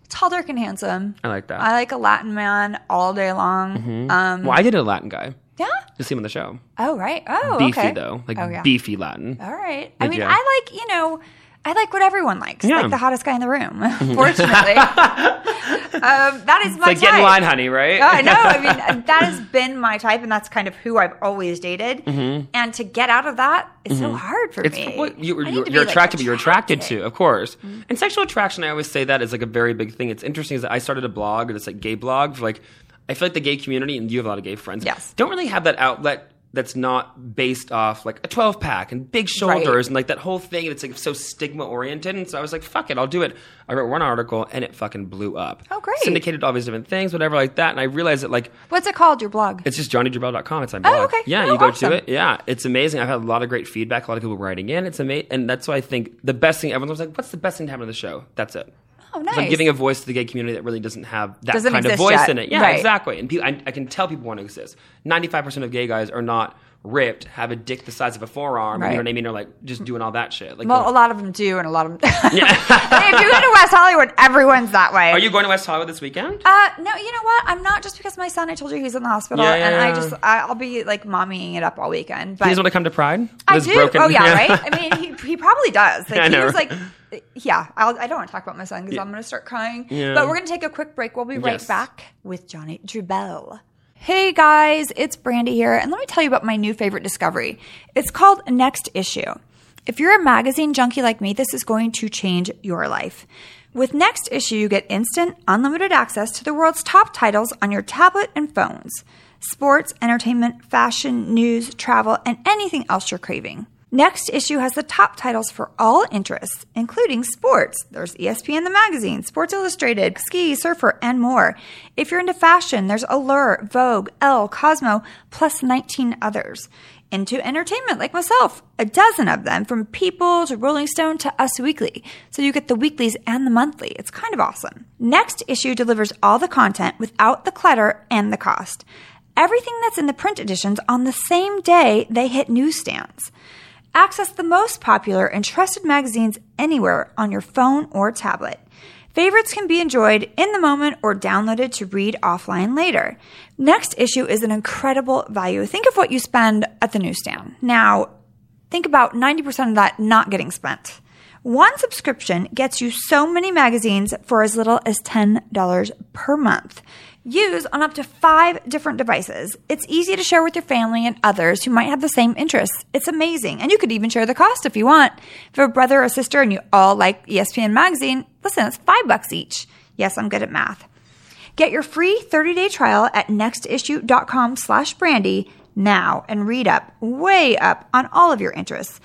[SPEAKER 1] Tall, dark, and handsome.
[SPEAKER 5] I like that. Mm-hmm.
[SPEAKER 1] I like a Latin man all day long. Um,
[SPEAKER 5] Well, I did a Latin guy.
[SPEAKER 1] yeah.
[SPEAKER 5] You see him on the show.
[SPEAKER 1] Oh right. Oh
[SPEAKER 5] Beefy
[SPEAKER 1] okay.
[SPEAKER 5] though, like
[SPEAKER 1] Oh, yeah.
[SPEAKER 5] beefy Latin.
[SPEAKER 1] All right. I
[SPEAKER 5] Did
[SPEAKER 1] mean,
[SPEAKER 5] ya?
[SPEAKER 1] I like you know. I like what everyone likes,
[SPEAKER 5] Yeah. Mm-hmm.
[SPEAKER 1] like the hottest guy in the room. Fortunately, um, that is my
[SPEAKER 5] Like get in
[SPEAKER 1] type.
[SPEAKER 5] line, honey, right?
[SPEAKER 1] I know. I mean, that has been my type, and that's kind of who I've always dated. And to get out of that is so hard for me.
[SPEAKER 5] Mm-hmm. It's what you,
[SPEAKER 1] I need
[SPEAKER 5] you're,
[SPEAKER 1] to be,
[SPEAKER 5] you're
[SPEAKER 1] like,
[SPEAKER 5] attracted, but you're attracted to, of course. And sexual attraction, I always say that is like a very big thing. It's interesting is that I started a blog, this like gay blog for like, I feel like the gay community, and you have a lot of gay friends,
[SPEAKER 1] Yes.
[SPEAKER 5] don't really have that outlet that's not based off like a 12 pack and big shoulders and like that whole thing that's like so stigma oriented. And so I was like, fuck it, I'll do it. I wrote one article and it fucking blew up.
[SPEAKER 1] Oh, great.
[SPEAKER 5] Syndicated all these different things, whatever like that. And I realized that like,
[SPEAKER 1] What's it called? Your blog?
[SPEAKER 5] it's just johnnydrubel.com. It's my blog.
[SPEAKER 1] okay.
[SPEAKER 5] Yeah,
[SPEAKER 1] Oh,
[SPEAKER 5] you go
[SPEAKER 1] awesome.
[SPEAKER 5] to it. Yeah, it's amazing. I've had a lot of great feedback, a lot of people writing in. It's amazing. And that's why I think the best thing, everyone was like, what's the best thing to happen to the show? That's it.
[SPEAKER 1] oh,
[SPEAKER 5] It's
[SPEAKER 1] nice.
[SPEAKER 5] Like giving a voice to the gay community that really doesn't have that
[SPEAKER 1] Doesn't
[SPEAKER 5] kind of
[SPEAKER 1] exist
[SPEAKER 5] voice
[SPEAKER 1] yet.
[SPEAKER 5] in it. Yeah,
[SPEAKER 1] Right.
[SPEAKER 5] exactly. And pe- I, I can tell people want to exist. 95% of gay guys are not ripped, have a dick the size of a forearm.
[SPEAKER 1] Right.
[SPEAKER 5] You know what I mean? They're like just doing all that shit. Like,
[SPEAKER 1] well, a lot of them do, and a lot of them. if you go to West Hollywood, everyone's that way.
[SPEAKER 5] are you going to West Hollywood this weekend?
[SPEAKER 1] Uh, no, you know what? I'm not just because my son. I told you he's in the hospital,
[SPEAKER 5] Yeah, yeah,
[SPEAKER 1] and I
[SPEAKER 5] yeah.
[SPEAKER 1] just I, I'll be like mommying it up all weekend. But
[SPEAKER 5] you guys want to come to Pride? With
[SPEAKER 1] I
[SPEAKER 5] his
[SPEAKER 1] do.
[SPEAKER 5] broken-
[SPEAKER 1] Oh yeah, right. I mean, he, he probably does. Like
[SPEAKER 5] I
[SPEAKER 1] he
[SPEAKER 5] know,
[SPEAKER 1] was
[SPEAKER 5] right?
[SPEAKER 1] like, yeah. I'll, I don't want to talk about my son because I'm going to start crying.
[SPEAKER 5] Yeah.
[SPEAKER 1] But we're going to take a quick break. We'll be right
[SPEAKER 5] Yes.
[SPEAKER 1] back with Johnny Drubel. Hey guys, it's Brandy here, and let me tell you about my new favorite discovery. It's called Next Issue. If you're a magazine junkie like me, this is going to change your life. With Next Issue, you get instant, unlimited access to the world's top titles on your tablet and phones sports, entertainment, fashion, news, travel, and anything else you're craving. Next issue has the top titles for all interests, including sports. There's E ESPN the magazine, Sports Illustrated, Ski, Surfer, and more. If you're into fashion, there's Allure, Vogue, Elle, Cosmo, plus 19 others. Into entertainment, like myself, a dozen of them, from People to Rolling Stone to Us Weekly. So you get the weeklies and the monthly. It's kind of awesome. Next issue delivers all the content without the clutter and the cost everything that's in the print editions on the same day they hit newsstands. Access the most popular and trusted magazines anywhere on your phone or tablet. Favorites can be enjoyed in the moment or downloaded to read offline later. Next issue is an incredible value. Think of what you spend at the newsstand. Now, think about 90% of that not getting spent. One subscription gets you so many magazines for as little as $10 per month. Use on up to five different devices. It's easy to share with your family and others who might have the same interests. It's amazing. And you could even share the cost if you want. If you have a brother or sister and you all like E ESPN Magazine, listen, it's five bucks each. Yes, I'm good at math. Get your free 30-day trial at nextissue.com slash brandy now and read up, way up on all of your interests.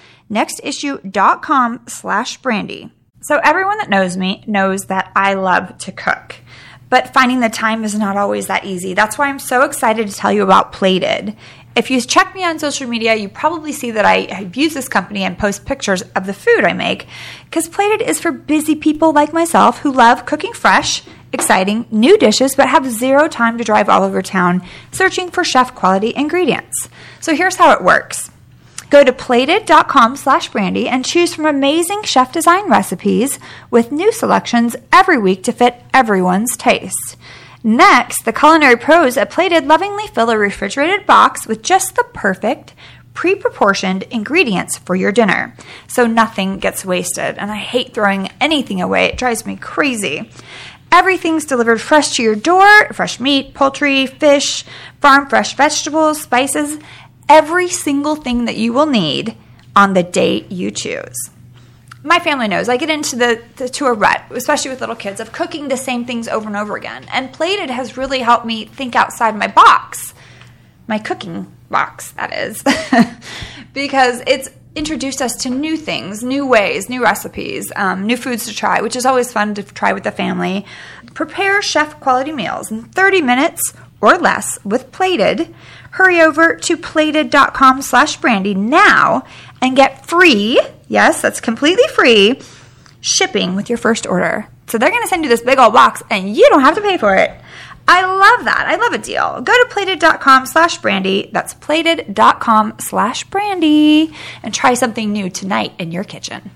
[SPEAKER 1] nextissue.com slash brandy. So everyone that knows me knows that I love to cook. But finding the time is not always that easy. That's why I'm so excited to tell you about Plated. If you check me on social media, you probably see that I have used this company and post pictures of the food I make because Plated is for busy people like myself who love cooking fresh, exciting, new dishes but have zero time to drive all over town searching for chef quality ingredients. So here's how it works. Go to plated.com slash brandy and choose from amazing chef design recipes with new selections every week to fit everyone's taste. Next, the culinary pros at Plated lovingly fill a refrigerated box with just the perfect, pre proportioned ingredients for your dinner so nothing gets wasted. And I hate throwing anything away, it drives me crazy. Everything's delivered fresh to your door fresh meat, poultry, fish, farm fresh vegetables, spices, every single thing that you will need on the date you choose. My family knows I get into the, the to a rut, especially with little kids, of cooking the same things over and over again. And plated has really helped me think outside my box my cooking box, that is, because it's introduced us to new things, new ways, new recipes, um, new foods to try, which is always fun to try with the family. Prepare chef quality meals in 30 minutes or less with Plated. Hurry over to plated.com slash brandy now and get free, yes, that's completely free, shipping with your first order. So they're going to send you this big old box and you don't have to pay for it. I love that. I love a deal. Go to plated.com slash brandy. That's plated.com slash brandy and try something new tonight in your kitchen.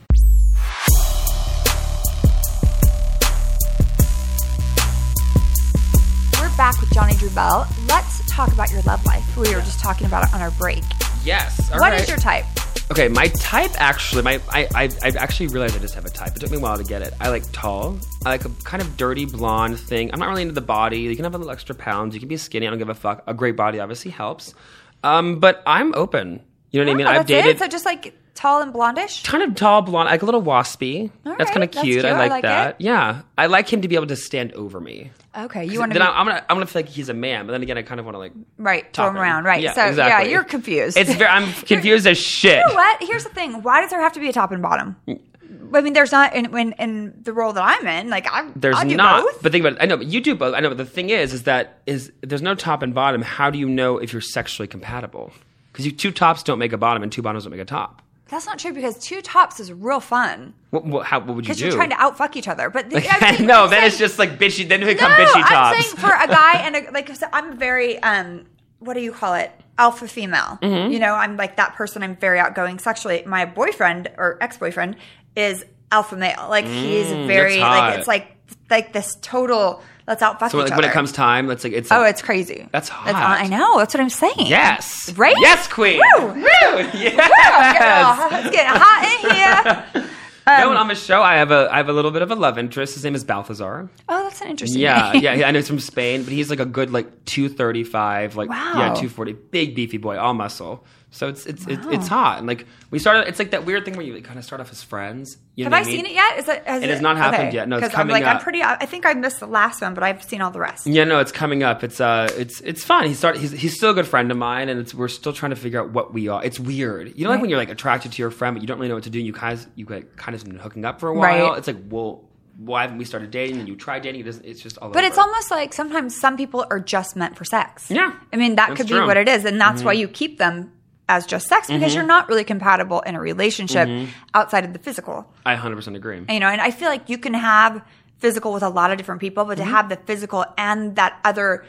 [SPEAKER 1] We're back with Johnny Drew Bell. Let's talk about your love life. We were just talking about it on our break.
[SPEAKER 5] Yes. All
[SPEAKER 1] What is
[SPEAKER 5] right.
[SPEAKER 1] your type?
[SPEAKER 5] Okay, my type actually, my I, I I actually realized I just have a type. It took me a while to get it. I like tall. I like a kind of dirty blonde thing. I'm not really into the body. You can have a little extra pounds. You can be skinny. I don't give a fuck. A great body obviously helps. Um, but I'm open. You know what I mean?
[SPEAKER 1] Oh,
[SPEAKER 5] I've
[SPEAKER 1] that's
[SPEAKER 5] dated
[SPEAKER 1] it. So just like tall and blondish.
[SPEAKER 5] kind of tall blonde, like a little waspy.
[SPEAKER 1] All right,
[SPEAKER 5] that's kind of
[SPEAKER 1] that's
[SPEAKER 5] cute.
[SPEAKER 1] cute.
[SPEAKER 5] I
[SPEAKER 1] I
[SPEAKER 5] like,
[SPEAKER 1] like
[SPEAKER 5] that.
[SPEAKER 1] it.
[SPEAKER 5] Yeah, I like him to be able to stand over me.
[SPEAKER 1] Okay, you want
[SPEAKER 5] Then
[SPEAKER 1] to be
[SPEAKER 5] I, am gonna I'm gonna feel like he's a man, but then again, I kind of want to like
[SPEAKER 1] right. Throw
[SPEAKER 5] top
[SPEAKER 1] them
[SPEAKER 5] him.
[SPEAKER 1] around. Right.
[SPEAKER 5] Yeah,
[SPEAKER 1] so yeah,
[SPEAKER 5] exactly.
[SPEAKER 1] you're confused.
[SPEAKER 5] It's very, I'm confused as shit.
[SPEAKER 1] You know what? Here's the thing. Why does there have to be a top and bottom? I mean, there's not in in, in the role that I'm in. Like I,
[SPEAKER 5] There's
[SPEAKER 1] I'll do
[SPEAKER 5] not.
[SPEAKER 1] both.
[SPEAKER 5] But think about it. I know, but you do both. I know, but the thing is, is that is there's no top and bottom. How do you know if you're sexually compatible? Because you two tops don't make a bottom, and two bottoms don't make a top.
[SPEAKER 1] That's not true because two tops is real fun
[SPEAKER 5] What, what, how, what would you
[SPEAKER 1] because
[SPEAKER 5] do?
[SPEAKER 1] you're trying to outfuck each other. But the,
[SPEAKER 5] no, then it's just like bitchy. Then we become
[SPEAKER 1] no,
[SPEAKER 5] bitchy
[SPEAKER 1] I'm
[SPEAKER 5] tops.
[SPEAKER 1] saying for a guy and a, like so I'm very um what do you call it alpha female.
[SPEAKER 5] Mm-hmm.
[SPEAKER 1] You know, I'm like that person. I'm very outgoing sexually. My boyfriend or ex boyfriend is alpha male. Like he's very
[SPEAKER 5] Mm, hot.
[SPEAKER 1] like it's like like this total let's outfuck
[SPEAKER 5] so
[SPEAKER 1] each
[SPEAKER 5] like, when
[SPEAKER 1] other.
[SPEAKER 5] it comes time, that's like it's.
[SPEAKER 1] oh,
[SPEAKER 5] like-
[SPEAKER 1] it's crazy.
[SPEAKER 5] That's hot.
[SPEAKER 1] I know. That's what I'm saying.
[SPEAKER 5] yes,
[SPEAKER 1] Right?
[SPEAKER 5] Yes, queen.
[SPEAKER 1] Woo!
[SPEAKER 5] Woo!
[SPEAKER 1] Girl,
[SPEAKER 5] Yes.
[SPEAKER 1] it's getting hot in here.
[SPEAKER 5] no,
[SPEAKER 1] Um,
[SPEAKER 5] and on the show, I have a I have a little bit of a love interest. His name is Balthazar.
[SPEAKER 1] Oh, that's an interesting.
[SPEAKER 5] Yeah,
[SPEAKER 1] name.
[SPEAKER 5] yeah, yeah, I know he's from Spain, but he's like a good like two thirty five, like
[SPEAKER 1] Wow.
[SPEAKER 5] yeah, two forty, big beefy boy, all muscle. So it's it's it's it's hot, and like we started. It's like that weird thing where you like, kind of start off as friends. You know
[SPEAKER 1] Have
[SPEAKER 5] what
[SPEAKER 1] I
[SPEAKER 5] mean?
[SPEAKER 1] seen it yet? Is it? Has
[SPEAKER 5] It has not happened yet. No, it's
[SPEAKER 1] 'Cause
[SPEAKER 5] coming
[SPEAKER 1] I'm like,
[SPEAKER 5] up.
[SPEAKER 1] I'm pretty. I I think I missed the last one, but I've seen all the rest.
[SPEAKER 5] Yeah, no, it's coming up. It's uh, it's it's fun. He started. He's, he's still a good friend of mine, and it's, we're still trying to figure out what we are. It's weird. You know, like when you're like attracted to your friend, but you don't really know what to do. And you guys, you like, kind of been hooking up for a while.
[SPEAKER 1] Right.
[SPEAKER 5] It's like, well, why haven't we started dating? And you try dating. It doesn't. It's just all.
[SPEAKER 1] But it's
[SPEAKER 5] over.
[SPEAKER 1] almost like sometimes some people are just meant for sex.
[SPEAKER 5] Yeah.
[SPEAKER 1] I mean, that
[SPEAKER 5] That's
[SPEAKER 1] could
[SPEAKER 5] true. Mm-hmm.
[SPEAKER 1] be what it is. And that's why you keep them as just sex because you're not really compatible in a relationship
[SPEAKER 5] Mm-hmm.
[SPEAKER 1] outside of the physical.
[SPEAKER 5] I 100 percent agree.
[SPEAKER 1] You know, and I feel like you can have physical with a lot of different people,
[SPEAKER 5] Mm-hmm.
[SPEAKER 1] but to have the physical and that other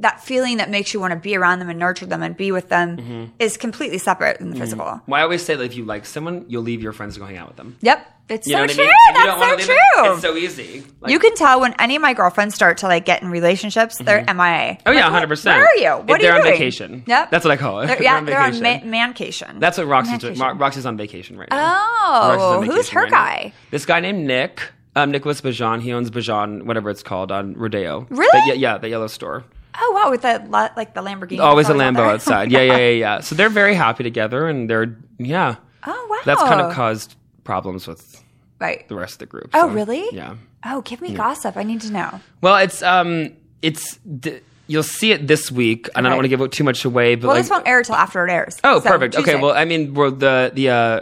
[SPEAKER 1] that feeling that makes you want to be around them and nurture them and be with them
[SPEAKER 5] Mm-hmm.
[SPEAKER 1] is completely separate than the physical.
[SPEAKER 5] Well, I always say that if you like someone, you'll leave your friends to go hang out with them.
[SPEAKER 1] Yep. It's
[SPEAKER 5] You know
[SPEAKER 1] so
[SPEAKER 5] what I
[SPEAKER 1] true.
[SPEAKER 5] mean? If you don't wanna
[SPEAKER 1] That's
[SPEAKER 5] leave
[SPEAKER 1] so
[SPEAKER 5] them,
[SPEAKER 1] true.
[SPEAKER 5] It's so easy. Like,
[SPEAKER 1] you can tell when any of my girlfriends start to like get in relationships, they're MIA.
[SPEAKER 5] Oh yeah,
[SPEAKER 1] Like,
[SPEAKER 5] 100. percent
[SPEAKER 1] Where are you? What are you
[SPEAKER 5] they're on
[SPEAKER 1] doing?
[SPEAKER 5] vacation.
[SPEAKER 1] Yep,
[SPEAKER 5] that's what I call it.
[SPEAKER 1] They're,
[SPEAKER 5] They're
[SPEAKER 1] yeah,
[SPEAKER 5] on
[SPEAKER 1] they're on
[SPEAKER 5] vacation.
[SPEAKER 1] ma- mancation.
[SPEAKER 5] That's what Roxy's doing.
[SPEAKER 1] Mancation.
[SPEAKER 5] Ro- Roxy's on vacation right now.
[SPEAKER 1] Oh,
[SPEAKER 5] Roxy's on
[SPEAKER 1] who's
[SPEAKER 5] vacation
[SPEAKER 1] her
[SPEAKER 5] right now.
[SPEAKER 1] guy?
[SPEAKER 5] This guy named Nick. Um, Nicholas Bajan. He owns Bajan, whatever it's called, on Rodeo.
[SPEAKER 1] Really?
[SPEAKER 5] That- yeah, yeah, the yellow store.
[SPEAKER 1] oh wow, with the la- like the Lamborghini.
[SPEAKER 5] Always a
[SPEAKER 1] that's
[SPEAKER 5] Oh, Lambo
[SPEAKER 1] out there.
[SPEAKER 5] outside. Yeah, yeah, yeah, yeah. So they're very happy together, and they're yeah.
[SPEAKER 1] Oh wow,
[SPEAKER 5] That's kind of caused problems with
[SPEAKER 1] right.
[SPEAKER 5] the rest of the group.
[SPEAKER 1] Oh,
[SPEAKER 5] so,
[SPEAKER 1] really?
[SPEAKER 5] Yeah.
[SPEAKER 1] Oh, give me gossip. I need to know.
[SPEAKER 5] Well, it's um, it's d- you'll see it this week, and I don't
[SPEAKER 1] Okay.
[SPEAKER 5] want to give too much away, but
[SPEAKER 1] Well,
[SPEAKER 5] like,
[SPEAKER 1] this won't air till after it airs.
[SPEAKER 5] Oh,
[SPEAKER 1] So,
[SPEAKER 5] perfect. Okay.
[SPEAKER 1] Tuesday.
[SPEAKER 5] Well, I mean, well, the the uh,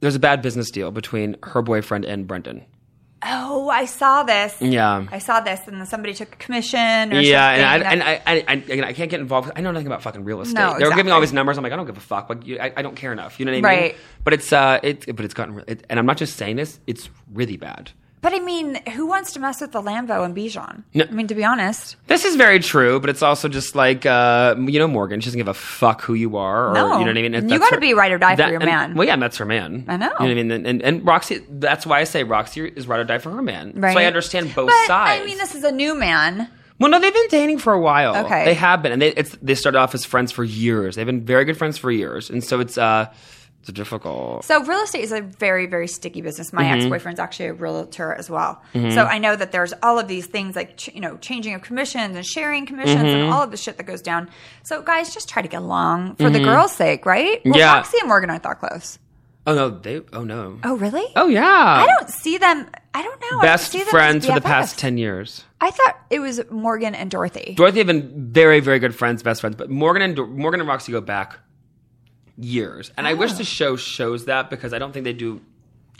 [SPEAKER 5] there's a bad business deal between her boyfriend and Brendan.
[SPEAKER 1] oh, I saw this.
[SPEAKER 5] Yeah.
[SPEAKER 1] I saw this, and then somebody took a commission. Or
[SPEAKER 5] yeah, and I,
[SPEAKER 1] something.
[SPEAKER 5] and I, I, I, again, I can't get involved. 'cause I know nothing about fucking real estate.
[SPEAKER 1] No,
[SPEAKER 5] They're giving me all
[SPEAKER 1] exactly.
[SPEAKER 5] these numbers. I'm like, I don't give a fuck. Like, you, I, I don't care enough. You know what I mean?
[SPEAKER 1] Right.
[SPEAKER 5] But it's uh, it, but it's gotten, re- it, and I'm not just saying this. It's really bad.
[SPEAKER 1] but I mean, who wants to mess with the Lambo and Bijan? I mean, to be honest.
[SPEAKER 5] This is very true, but it's also just like uh, you know, Morgan. She doesn't give a fuck who you are, or
[SPEAKER 1] No.
[SPEAKER 5] you know what I mean. If
[SPEAKER 1] You
[SPEAKER 5] that's
[SPEAKER 1] gotta
[SPEAKER 5] her-
[SPEAKER 1] be ride or die for your
[SPEAKER 5] and-
[SPEAKER 1] man.
[SPEAKER 5] Well, yeah, and that's her man.
[SPEAKER 1] I know.
[SPEAKER 5] You know what I mean? And, and, and Roxy, that's why I say Roxy is ride or die for her man.
[SPEAKER 1] Right.
[SPEAKER 5] So I understand both
[SPEAKER 1] but,
[SPEAKER 5] sides.
[SPEAKER 1] I mean, this is a new man.
[SPEAKER 5] Well, no, they've been dating for a while.
[SPEAKER 1] Okay.
[SPEAKER 5] they have been, and they it's, they started off as friends for years. They've been very good friends for years, and so it's uh, it's difficult.
[SPEAKER 1] So real estate is a very, very sticky business.
[SPEAKER 5] Mm-hmm.
[SPEAKER 1] My ex-boyfriend's actually a realtor as well. So I know that there's all of these things like, ch- you know, changing of commissions and sharing commissions
[SPEAKER 5] Mm-hmm.
[SPEAKER 1] and all of the shit that goes down. So guys, just try to get along for the girl's sake, right? Well,
[SPEAKER 5] Mm-hmm. Yeah.
[SPEAKER 1] Roxy and Morgan aren't that close.
[SPEAKER 5] Oh no, they. Oh no.
[SPEAKER 1] Oh, really?
[SPEAKER 5] Oh yeah.
[SPEAKER 1] I don't see them. I don't know. I don't
[SPEAKER 5] Best
[SPEAKER 1] see them as
[SPEAKER 5] friends for the past
[SPEAKER 1] BFFs.
[SPEAKER 5] ten years.
[SPEAKER 1] I thought it was Morgan and Dorothy.
[SPEAKER 5] Dorothy have been very, very good friends, best friends. But Morgan and Morgan and Roxy go back years, and I
[SPEAKER 1] Ah.
[SPEAKER 5] wish the show shows that because I don't think they do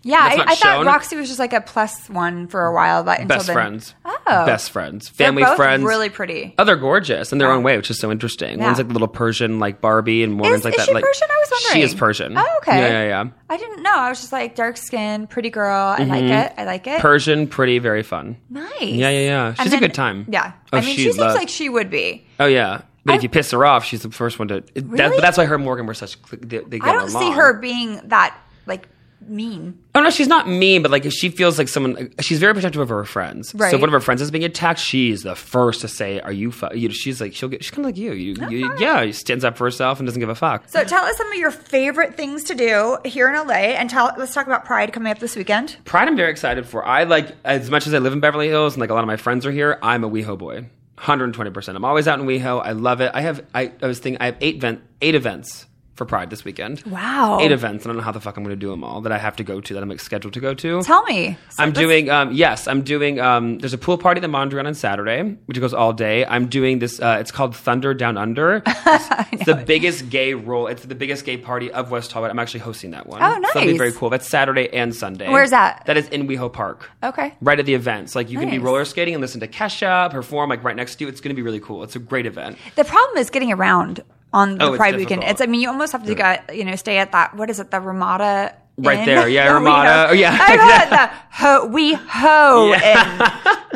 [SPEAKER 1] yeah,
[SPEAKER 5] that's
[SPEAKER 1] I,
[SPEAKER 5] not
[SPEAKER 1] I thought
[SPEAKER 5] shown.
[SPEAKER 1] Roxy was just like a plus one for a while. But until
[SPEAKER 5] best
[SPEAKER 1] then,
[SPEAKER 5] friends.
[SPEAKER 1] Oh.
[SPEAKER 5] best friends,
[SPEAKER 1] They're
[SPEAKER 5] family
[SPEAKER 1] both
[SPEAKER 5] friends.
[SPEAKER 1] really pretty.
[SPEAKER 5] Oh, they're gorgeous in their own way, which is so interesting.
[SPEAKER 1] Yeah.
[SPEAKER 5] One's like the little Persian, like Barbie, and Morgan's
[SPEAKER 1] Is,
[SPEAKER 5] like
[SPEAKER 1] is
[SPEAKER 5] that.
[SPEAKER 1] she
[SPEAKER 5] like
[SPEAKER 1] Persian? I was wondering.
[SPEAKER 5] She is Persian.
[SPEAKER 1] Oh, okay.
[SPEAKER 5] Yeah, yeah, yeah.
[SPEAKER 1] I didn't know. I was just like dark skin, pretty girl. I like it. I like it.
[SPEAKER 5] Persian, pretty, very fun.
[SPEAKER 1] nice.
[SPEAKER 5] Mm-hmm. Yeah, yeah, yeah. She's
[SPEAKER 1] And
[SPEAKER 5] a
[SPEAKER 1] then-
[SPEAKER 5] good time.
[SPEAKER 1] Yeah.
[SPEAKER 5] Oh,
[SPEAKER 1] I mean, she
[SPEAKER 5] she's
[SPEAKER 1] seems
[SPEAKER 5] love-
[SPEAKER 1] like she would be.
[SPEAKER 5] Oh yeah. But if
[SPEAKER 1] I-
[SPEAKER 5] you piss her off, she's the first one to. That,
[SPEAKER 1] Really?
[SPEAKER 5] but that's why her and Morgan were such. cl- They, they get
[SPEAKER 1] I don't see
[SPEAKER 5] along.
[SPEAKER 1] her being that like mean.
[SPEAKER 5] Oh no, she's not mean, but like if she feels like someone, she's very protective of her friends.
[SPEAKER 1] Right.
[SPEAKER 5] So if one of her friends is being attacked, she's the first to say, "Are you?" Fu-? you know, she's like she'll get. She's kind of like you. You, you yeah, she stands up for herself and doesn't give a fuck.
[SPEAKER 1] So tell us some of your favorite things to do here in LA, and tell let's talk about Pride coming up this weekend.
[SPEAKER 5] Pride, I'm very excited for. I like as much as I live in Beverly Hills and like a lot of my friends are here. I'm a WeHo boy, 120. percent I'm always out in WeHo. I love it. I have. I, I was thinking. I have eight event, eight events for Pride this weekend.
[SPEAKER 1] Wow.
[SPEAKER 5] Eight events. I don't know how the fuck I'm going to do them all that I have to go to that I'm like, scheduled to go to.
[SPEAKER 1] Tell me. So
[SPEAKER 5] I'm
[SPEAKER 1] let's-
[SPEAKER 5] doing um, yes, I'm doing um, there's a pool party at the Mondrian on Saturday, which goes all day. I'm doing this uh, it's called Thunder Down Under. It's, it's the biggest gay roll. It's the biggest gay party of West Hollywood. I'm actually hosting that one.
[SPEAKER 1] Oh,
[SPEAKER 5] So that'll be
[SPEAKER 1] nice.
[SPEAKER 5] very cool. That's Saturday and Sunday.
[SPEAKER 1] Where's that?
[SPEAKER 5] That is in WeHo Park.
[SPEAKER 1] Okay.
[SPEAKER 5] Right at the events. Like you can be
[SPEAKER 1] Nice.
[SPEAKER 5] roller skating and listen to Kesha perform like right next to you. It's going to be really cool. It's a great event.
[SPEAKER 1] The problem is getting around on the
[SPEAKER 5] Oh, it's
[SPEAKER 1] Pride weekend.
[SPEAKER 5] difficult.
[SPEAKER 1] It's I mean you almost have to get you know stay at that what is it the Ramada.
[SPEAKER 5] Right
[SPEAKER 1] Inn?
[SPEAKER 5] there. Yeah,
[SPEAKER 1] The
[SPEAKER 5] Ramada.
[SPEAKER 1] WeHo.
[SPEAKER 5] Oh, yeah.
[SPEAKER 1] I call it the ho, we ho inn.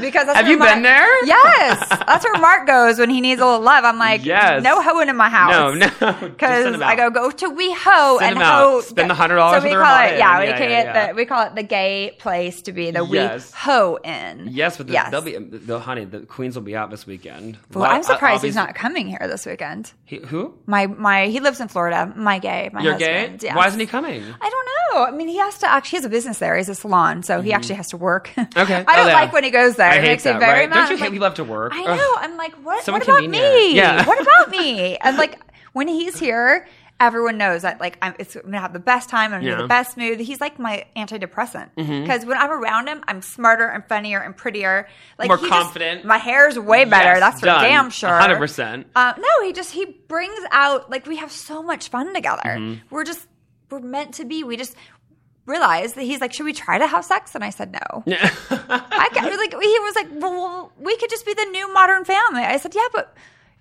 [SPEAKER 1] because that's
[SPEAKER 5] Have
[SPEAKER 1] where
[SPEAKER 5] you been there?
[SPEAKER 1] Yes, that's where Mark goes when he needs a little love. I'm like,
[SPEAKER 5] Yes.
[SPEAKER 1] no hoeing in my house.
[SPEAKER 5] No, no. Just send
[SPEAKER 1] because
[SPEAKER 5] him
[SPEAKER 1] I
[SPEAKER 5] out.
[SPEAKER 1] go go to we ho
[SPEAKER 5] Send
[SPEAKER 1] and
[SPEAKER 5] him out.
[SPEAKER 1] ho.
[SPEAKER 5] Spend the $100
[SPEAKER 1] So we
[SPEAKER 5] at the
[SPEAKER 1] call
[SPEAKER 5] Ramada
[SPEAKER 1] it, yeah,
[SPEAKER 5] Inn.
[SPEAKER 1] we
[SPEAKER 5] Yeah,
[SPEAKER 1] call
[SPEAKER 5] yeah,
[SPEAKER 1] it
[SPEAKER 5] yeah.
[SPEAKER 1] the we call it the gay place to be the
[SPEAKER 5] Yes.
[SPEAKER 1] we ho inn.
[SPEAKER 5] Yes, but the, they'll be they'll, honey. The Queens will be out this weekend.
[SPEAKER 1] Well, I'm surprised he's
[SPEAKER 5] obviously-
[SPEAKER 1] not coming here this weekend.
[SPEAKER 5] He, who?
[SPEAKER 1] My my he lives in Florida. My gay. My
[SPEAKER 5] You're
[SPEAKER 1] husband.
[SPEAKER 5] gay?
[SPEAKER 1] yes.
[SPEAKER 5] Why isn't he coming?
[SPEAKER 1] I don't know. I mean, he has to actually. He has a business there. He's a salon, so he actually has to work. Okay. I
[SPEAKER 5] Mm-hmm. Okay.
[SPEAKER 1] don't
[SPEAKER 5] Oh, yeah.
[SPEAKER 1] like when he goes there.
[SPEAKER 5] I
[SPEAKER 1] it
[SPEAKER 5] hate
[SPEAKER 1] makes me
[SPEAKER 5] that,
[SPEAKER 1] very
[SPEAKER 5] right?
[SPEAKER 1] mad.
[SPEAKER 5] Don't
[SPEAKER 1] I'm
[SPEAKER 5] you hate
[SPEAKER 1] like,
[SPEAKER 5] people have to work?
[SPEAKER 1] I
[SPEAKER 5] Ugh.
[SPEAKER 1] know. I'm like, what?
[SPEAKER 5] So
[SPEAKER 1] what about
[SPEAKER 5] inconvenient.
[SPEAKER 1] me?
[SPEAKER 5] Yeah.
[SPEAKER 1] What about me? And like when he's here. Everyone knows that, like, I'm, it's, I'm gonna have the best time. I'm gonna be
[SPEAKER 5] Yeah. Mm-hmm.
[SPEAKER 1] the best mood. He's like my antidepressant because when I'm around him, I'm smarter and funnier and prettier. Like
[SPEAKER 5] More
[SPEAKER 1] he just-
[SPEAKER 5] confident.
[SPEAKER 1] my hair's way better.
[SPEAKER 5] Yes,
[SPEAKER 1] That's for
[SPEAKER 5] done.
[SPEAKER 1] damn sure.
[SPEAKER 5] 100%.
[SPEAKER 1] Uh, no, he just he brings out like we have so much fun together.
[SPEAKER 5] Mm-hmm.
[SPEAKER 1] We're just we're meant to be. We just realized that he's like, should we try to have sex? And I said no. I ca- like he was like, well, well, we could just be the new modern family. I said, yeah, but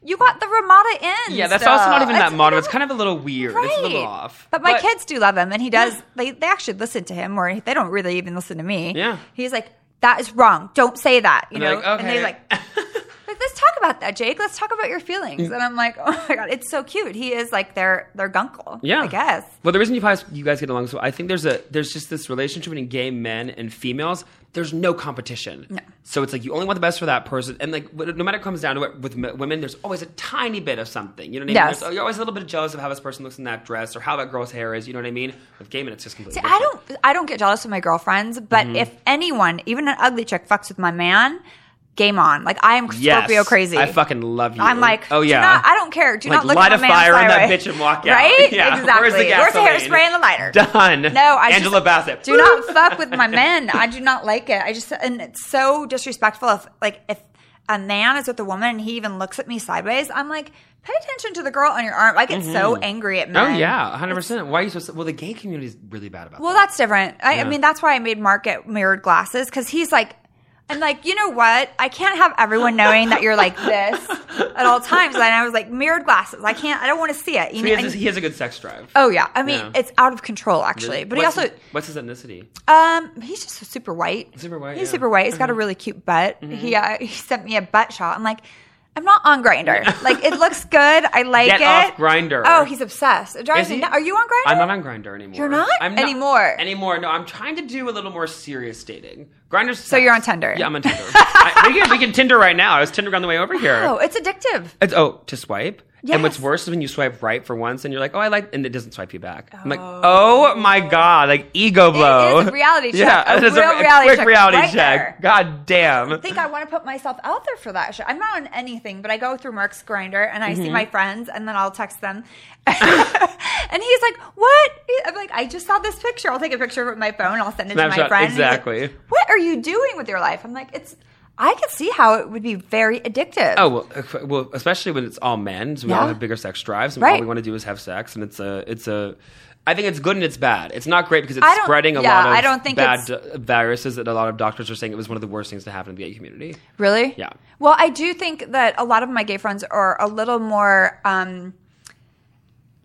[SPEAKER 1] you got the Ramada Inn.
[SPEAKER 5] Yeah, that's
[SPEAKER 1] still.
[SPEAKER 5] also not even that modern. It's
[SPEAKER 1] no,
[SPEAKER 5] kind of a little weird. It's a little
[SPEAKER 1] right.
[SPEAKER 5] off.
[SPEAKER 1] But my kids do love him, and he does. They they actually listen to him, or they don't really even listen to me.
[SPEAKER 5] Yeah.
[SPEAKER 1] he's like, that is wrong. Don't say that. You
[SPEAKER 5] And
[SPEAKER 1] know,
[SPEAKER 5] they're like,
[SPEAKER 1] and they're
[SPEAKER 5] "Okay."
[SPEAKER 1] like. Like, let's talk about that, Jake. Let's talk about your feelings. And I'm like, oh my god, it's so cute. He is like their their gunkle.
[SPEAKER 5] Yeah,
[SPEAKER 1] I guess.
[SPEAKER 5] Well, the reason you guys you guys get along so I think there's a there's just this relationship between gay men and females. There's no competition. So it's like you only want the best for that person, and like wh- no matter what comes down to it, with m- women, there's always a tiny bit of something. You know what I mean?
[SPEAKER 1] Yes.
[SPEAKER 5] There's- You're always a little bit jealous of how this person looks in that dress or how that girl's hair is. You know what I mean? With gay men, it's just completely.
[SPEAKER 1] See, I don't I don't get jealous of my girlfriends, but
[SPEAKER 5] Mm-hmm.
[SPEAKER 1] if anyone, even an ugly chick, fucks with my man, game on. Like I am
[SPEAKER 5] Yes.
[SPEAKER 1] Scorpio crazy.
[SPEAKER 5] I fucking love you.
[SPEAKER 1] I'm like,
[SPEAKER 5] oh yeah.
[SPEAKER 1] do not, I don't care. Do
[SPEAKER 5] Like,
[SPEAKER 1] not look
[SPEAKER 5] light
[SPEAKER 1] at my
[SPEAKER 5] a fire
[SPEAKER 1] man's
[SPEAKER 5] in that
[SPEAKER 1] highway.
[SPEAKER 5] bitch and walk out.
[SPEAKER 1] Right?
[SPEAKER 5] Yeah.
[SPEAKER 1] Exactly.
[SPEAKER 5] Where's the gasoline?
[SPEAKER 1] hairspray and the lighter?
[SPEAKER 5] Done.
[SPEAKER 1] No, I
[SPEAKER 5] Angela
[SPEAKER 1] just,
[SPEAKER 5] Bassett.
[SPEAKER 1] Do not fuck with my men. I do not like it. I just and it's so disrespectful. If like if a man is with a woman and he even looks at me sideways, I'm like, pay attention to the girl on your arm. I get so angry at
[SPEAKER 5] Oh
[SPEAKER 1] men.
[SPEAKER 5] yeah, hundred percent. Why are you so? Well, the gay community is really bad about.
[SPEAKER 1] Well,
[SPEAKER 5] that.
[SPEAKER 1] that's different. I, I mean, that's why I made Mark get mirrored glasses because he's like, I'm like, you know what? I can't have everyone knowing that you're like this at all times. And I was like, mirrored glasses. I can't. I don't want to see it. You
[SPEAKER 5] So he,
[SPEAKER 1] know,
[SPEAKER 5] has,
[SPEAKER 1] and-
[SPEAKER 5] he has a good sex drive.
[SPEAKER 1] oh yeah. I mean,
[SPEAKER 5] Yeah.
[SPEAKER 1] it's out of control actually. But he
[SPEAKER 5] What's
[SPEAKER 1] also,
[SPEAKER 5] his- what's his ethnicity?
[SPEAKER 1] um, he's just super white.
[SPEAKER 5] Super white,
[SPEAKER 1] He's
[SPEAKER 5] yeah. Mm-hmm.
[SPEAKER 1] super white. He's got a really cute butt. He uh, he sent me a butt shot. I'm like. I'm not on Grinder. Like it looks good. I like
[SPEAKER 5] Get
[SPEAKER 1] it.
[SPEAKER 5] off Grindr.
[SPEAKER 1] Oh, he's obsessed. It drives
[SPEAKER 5] Is he-
[SPEAKER 1] me nuts. Are you on Grinder?
[SPEAKER 5] I'm not on Grinder anymore.
[SPEAKER 1] You're not?
[SPEAKER 5] I'm
[SPEAKER 1] Anymore.
[SPEAKER 5] Anymore. No, I'm trying to do a little more serious dating. Grinders. So
[SPEAKER 1] you're on Tinder.
[SPEAKER 5] Yeah, I'm on Tinder. I, we, can, we can Tinder right now. I was Tinder on the way over here.
[SPEAKER 1] Oh, it's addictive.
[SPEAKER 5] It's oh to swipe. And what's
[SPEAKER 1] Yes.
[SPEAKER 5] worse is when you swipe right for once and you're like, oh, I like, and it doesn't swipe you back. I'm like, oh my god, like ego blow.
[SPEAKER 1] a reality check.
[SPEAKER 5] Yeah,
[SPEAKER 1] A
[SPEAKER 5] it is
[SPEAKER 1] real reality
[SPEAKER 5] quick
[SPEAKER 1] check
[SPEAKER 5] reality
[SPEAKER 1] right
[SPEAKER 5] check.
[SPEAKER 1] there.
[SPEAKER 5] God damn.
[SPEAKER 1] think I want to put myself out there for that shit. I'm not on anything, but I go through Mark's grinder and I see
[SPEAKER 5] Mm-hmm.
[SPEAKER 1] my friends and then I'll text them. and he's like, What? I'm like, I just saw this picture. I'll take a picture of it with my phone. I'll send it to
[SPEAKER 5] Snapshot,
[SPEAKER 1] my friend. And he's like,
[SPEAKER 5] exactly.
[SPEAKER 1] what are you doing with your life? I'm like, It's, I could see how it would be very addictive.
[SPEAKER 5] Oh well, uh, well, especially when it's all men, so we all
[SPEAKER 1] Yeah.
[SPEAKER 5] have bigger sex drives, and all
[SPEAKER 1] Right.
[SPEAKER 5] we want to do is have sex, and it's a, it's a. I think it's good and it's bad. It's not great because
[SPEAKER 1] I
[SPEAKER 5] it's
[SPEAKER 1] don't-
[SPEAKER 5] spreading a
[SPEAKER 1] yeah,
[SPEAKER 5] lot of
[SPEAKER 1] I don't think
[SPEAKER 5] bad
[SPEAKER 1] it's-
[SPEAKER 5] d- viruses that a lot of doctors are saying it was one of the worst things to happen in the gay community.
[SPEAKER 1] Really?
[SPEAKER 5] Yeah.
[SPEAKER 1] Well, I do think that a lot of my gay friends are a little more um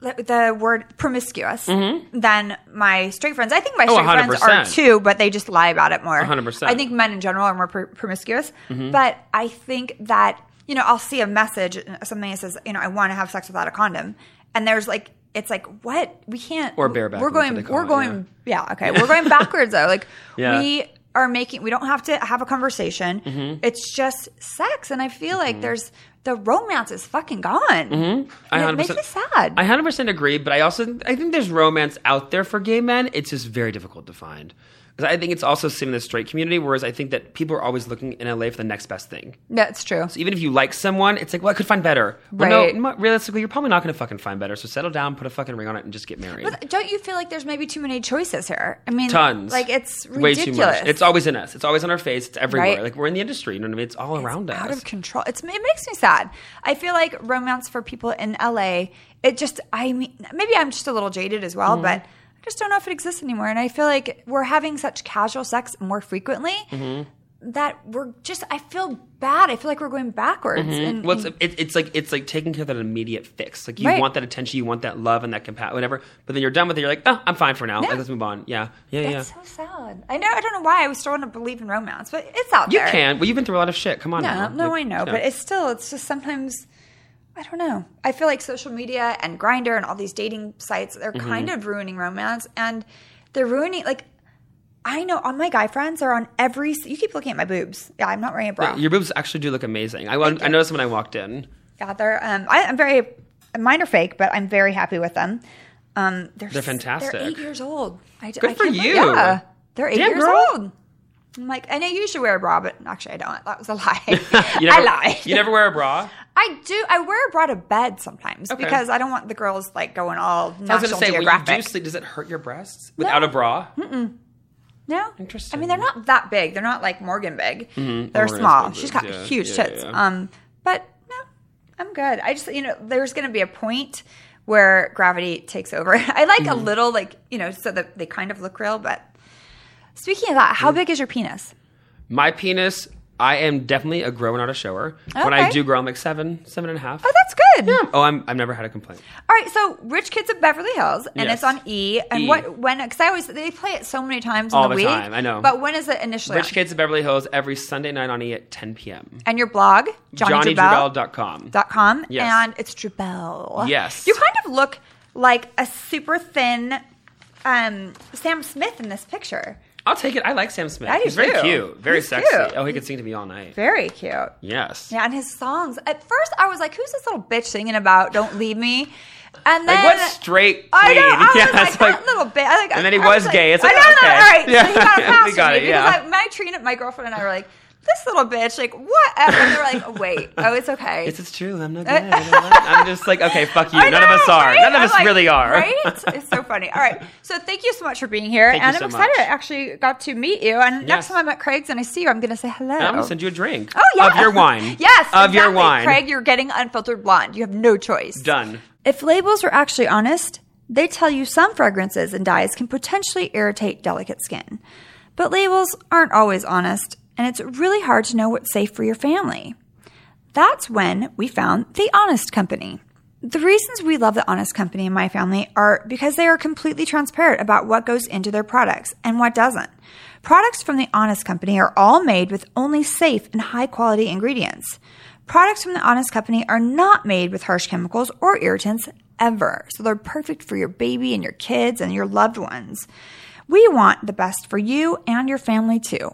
[SPEAKER 1] le- the word promiscuous
[SPEAKER 5] Mm-hmm.
[SPEAKER 1] than my straight friends. I think
[SPEAKER 5] Oh,
[SPEAKER 1] my straight friends are
[SPEAKER 5] 100%.
[SPEAKER 1] too, but they just lie about it more.
[SPEAKER 5] 100%.
[SPEAKER 1] I think men in general are more pr- promiscuous,
[SPEAKER 5] Mm-hmm.
[SPEAKER 1] but I think that you know I'll see a message something that says you know I want to have sex without a condom, and there's like it's like what we can't
[SPEAKER 5] Or bareback,
[SPEAKER 1] We're
[SPEAKER 5] that's what
[SPEAKER 1] going.
[SPEAKER 5] they call
[SPEAKER 1] We're
[SPEAKER 5] it,
[SPEAKER 1] going. Yeah. okay. We're going backwards though. Like
[SPEAKER 5] Yeah. Mm-hmm.
[SPEAKER 1] we are making. We don't have to have a conversation. It's just sex, and I feel like there's the romance is fucking gone.
[SPEAKER 5] Mm-hmm. I
[SPEAKER 1] And it makes
[SPEAKER 5] 100%,
[SPEAKER 1] me sad.
[SPEAKER 5] I 100% agree, but I also I think there's romance out there for gay men. It's just very difficult to find. 'Cause I think it's also seen in the straight community, whereas I think that people are always looking in LA for the next best thing.
[SPEAKER 1] That's true.
[SPEAKER 5] So even if you like someone, it's like, well, I could find better. Well,
[SPEAKER 1] Right.
[SPEAKER 5] no, m- realistically, you're probably not going to fucking find better. So settle down, put a fucking ring on it, and just get married.
[SPEAKER 1] But don't you feel like there's maybe too many choices here? I mean,
[SPEAKER 5] Tons.
[SPEAKER 1] Like it's
[SPEAKER 5] Way
[SPEAKER 1] ridiculous.
[SPEAKER 5] too much. It's always in us. It's always on our face. It's everywhere.
[SPEAKER 1] Right.
[SPEAKER 5] Like we're in the industry. You know what I mean? It's all around
[SPEAKER 1] out
[SPEAKER 5] us.
[SPEAKER 1] of control. It's it makes me sad. I feel like romance for people in LA. It just I mean maybe I'm just a little jaded as
[SPEAKER 5] Mm-hmm.
[SPEAKER 1] well, but I just don't know if it exists anymore. And I feel like we're having such casual sex more frequently
[SPEAKER 5] Mm-hmm.
[SPEAKER 1] that we're just I feel bad. I feel like we're going backwards. And,
[SPEAKER 5] Well, it's,
[SPEAKER 1] and-
[SPEAKER 5] Mm-hmm. it, it's like it's like taking care of that immediate fix. Like you
[SPEAKER 1] Mm. Right.
[SPEAKER 5] want that attention, you want that love and that compa- whatever. But then you're done with it. You're like, oh, I'm fine for now.
[SPEAKER 1] Yeah.
[SPEAKER 5] Like, let's move on. Yeah, yeah, yeah.
[SPEAKER 1] that's so sad. I know I don't know why I still want to believe in romance, but it's out
[SPEAKER 5] you
[SPEAKER 1] there.
[SPEAKER 5] can. Well, you've been through a lot of shit. Come on.
[SPEAKER 1] No,
[SPEAKER 5] now.
[SPEAKER 1] no,
[SPEAKER 5] Like,
[SPEAKER 1] I know,
[SPEAKER 5] you
[SPEAKER 1] but it's still, it's just sometimes, I don't know. I feel like social media and Grinder and all these dating sites, they're
[SPEAKER 5] Mm-hmm.
[SPEAKER 1] kind of ruining romance and they're ruining, like, I know all my guy friends are on every, s- you keep looking at my boobs. Yeah, I'm not wearing a bra.
[SPEAKER 5] your boobs actually do look amazing. I, I noticed when I walked in.
[SPEAKER 1] yeah, they're, um, I, I'm very, mine are fake, but I'm very happy with them. Um, they're,
[SPEAKER 5] They're
[SPEAKER 1] s-
[SPEAKER 5] fantastic.
[SPEAKER 1] They're eight years old. I, d-
[SPEAKER 5] Good
[SPEAKER 1] I
[SPEAKER 5] for
[SPEAKER 1] can't believe-
[SPEAKER 5] you.
[SPEAKER 1] yeah, they're eight
[SPEAKER 5] Damn,
[SPEAKER 1] years
[SPEAKER 5] girl.
[SPEAKER 1] old. I'm like, and I usually wear a bra, but actually I don't. That was a lie.
[SPEAKER 5] You never,
[SPEAKER 1] I lied.
[SPEAKER 5] You never wear a bra.
[SPEAKER 1] I do. I wear a bra to bed sometimes
[SPEAKER 5] Okay.
[SPEAKER 1] because I don't want the girls like going all
[SPEAKER 5] I was
[SPEAKER 1] National
[SPEAKER 5] going to say,
[SPEAKER 1] Geographic. Hmm.
[SPEAKER 5] when you do sleep, does it hurt your breasts without a bra?
[SPEAKER 1] no,
[SPEAKER 5] Interesting.
[SPEAKER 1] I
[SPEAKER 5] Mm-hmm.
[SPEAKER 1] mean, they're not that big. They're not like Morgan big. They're
[SPEAKER 5] Morgan's
[SPEAKER 1] small.
[SPEAKER 5] big
[SPEAKER 1] She's
[SPEAKER 5] boobs,
[SPEAKER 1] got
[SPEAKER 5] yeah.
[SPEAKER 1] huge
[SPEAKER 5] Yeah,
[SPEAKER 1] tits.
[SPEAKER 5] yeah.
[SPEAKER 1] Um, but no, I'm good. I just you know, there's going to be a point where gravity takes over. I like
[SPEAKER 5] Mm-hmm.
[SPEAKER 1] a little like you know, so that they kind of look real. But speaking of that, how
[SPEAKER 5] Mm-hmm.
[SPEAKER 1] big is your penis?
[SPEAKER 5] My penis. I am definitely a grower, not a shower. When I
[SPEAKER 1] Okay.
[SPEAKER 5] do grow, I'm like seven, seven and a half.
[SPEAKER 1] Oh, that's good.
[SPEAKER 5] Oh, I'm, I've never had a complaint.
[SPEAKER 1] All right, so Rich Kids of Beverly Hills, and
[SPEAKER 5] Yes.
[SPEAKER 1] it's on E. And
[SPEAKER 5] E.
[SPEAKER 1] what when? Because I always they play it so many times in
[SPEAKER 5] All
[SPEAKER 1] the,
[SPEAKER 5] the
[SPEAKER 1] week.
[SPEAKER 5] time, I know.
[SPEAKER 1] But when is it initially?
[SPEAKER 5] Rich
[SPEAKER 1] on?
[SPEAKER 5] Kids of Beverly Hills every Sunday night on E at 10 p.m.
[SPEAKER 1] And your blog, Johnny Jubel
[SPEAKER 5] JohnnyDrubel.com.
[SPEAKER 1] dot com,
[SPEAKER 5] Yes.
[SPEAKER 1] and it's Jubel.
[SPEAKER 5] Yes.
[SPEAKER 1] you kind of look like a super thin um, Sam Smith in this picture.
[SPEAKER 5] I'll take it. I like Sam Smith.
[SPEAKER 1] I do
[SPEAKER 5] He's very
[SPEAKER 1] too.
[SPEAKER 5] cute, very
[SPEAKER 1] He's
[SPEAKER 5] sexy.
[SPEAKER 1] cute.
[SPEAKER 5] Oh, he could sing to me all night.
[SPEAKER 1] Very cute.
[SPEAKER 5] Yes.
[SPEAKER 1] Yeah, and his songs. At first, I was like, "Who's this little bitch singing about? Don't leave me." And then
[SPEAKER 5] Like what straight queen?
[SPEAKER 1] I know. I
[SPEAKER 5] Yeah,
[SPEAKER 1] was
[SPEAKER 5] it's
[SPEAKER 1] like, that little bit. I, like,
[SPEAKER 5] And then he
[SPEAKER 1] I
[SPEAKER 5] was gay. It's
[SPEAKER 1] I
[SPEAKER 5] like,
[SPEAKER 1] know,
[SPEAKER 5] okay.
[SPEAKER 1] All right.
[SPEAKER 5] Yeah.
[SPEAKER 1] So he got a pass
[SPEAKER 5] We
[SPEAKER 1] from
[SPEAKER 5] got
[SPEAKER 1] me
[SPEAKER 5] it, yeah.
[SPEAKER 1] Because I, my Trina, my girlfriend, and I were like, this little bitch. Like whatever. And they were like, oh, wait. Oh, it's okay.
[SPEAKER 5] It's, it's true. I'm not good. I'm not- I'm just like, okay, fuck you.
[SPEAKER 1] I
[SPEAKER 5] None of
[SPEAKER 1] know,
[SPEAKER 5] us are.
[SPEAKER 1] right?
[SPEAKER 5] None of
[SPEAKER 1] I'm
[SPEAKER 5] us
[SPEAKER 1] like,
[SPEAKER 5] really are.
[SPEAKER 1] Right? It's so funny. All right. So thank you so much for being here.
[SPEAKER 5] Thank you
[SPEAKER 1] and
[SPEAKER 5] so
[SPEAKER 1] I'm excited
[SPEAKER 5] much.
[SPEAKER 1] I actually got to meet you. And next
[SPEAKER 5] Yes.
[SPEAKER 1] time I'm at Craig's and I see you, I'm going to say hello.
[SPEAKER 5] And I'm going to send you a drink.
[SPEAKER 1] Oh yeah,
[SPEAKER 5] Of your wine.
[SPEAKER 1] yes,
[SPEAKER 5] Of your
[SPEAKER 1] exactly.
[SPEAKER 5] wine.
[SPEAKER 1] Craig. You're getting unfiltered blonde. You have no choice.
[SPEAKER 5] Done.
[SPEAKER 1] If labels are actually honest, they tell you some fragrances and dyes can potentially irritate delicate skin. But labels aren't always honest, and it's really hard to know what's safe for your family. That's when we found The Honest Company. The reasons we love The Honest Company in my family are because they are completely transparent about what goes into their products and what doesn't. Products from The Honest Company are all made with only safe and high quality ingredients. Products from The Honest Company are not made with harsh chemicals or irritants ever, so they're perfect for your baby and your kids and your loved ones. We want the best for you and your family too.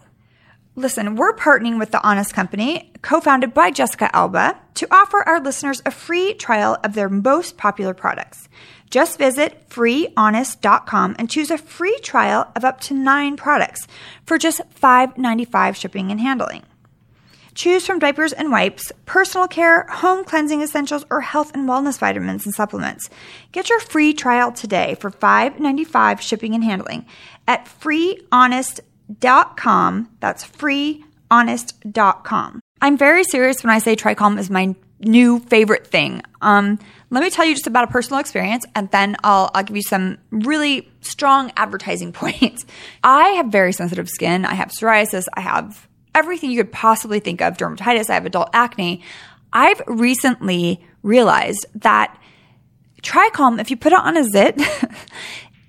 [SPEAKER 1] Listen, we're partnering with The Honest Company, co founded by Jessica Alba, to offer our listeners a free trial of their most popular products. Just visit freehonest.com and choose a free trial of up to nine products for just $5.95 shipping and handling. Choose from diapers and wipes, personal care, home cleansing essentials, or health and wellness vitamins and supplements. Get your free trial today for $5.95 shipping and handling at freehonest.com. That's freehonest.com. I'm very serious when I say Tricom is my new favorite thing. Um, let me tell you just about a personal experience and then I'll, I'll give you some really strong advertising points. I have very sensitive skin. I have psoriasis. I have everything you could possibly think of dermatitis, I have adult acne. I've recently realized that Tricom, if you put it on a zit,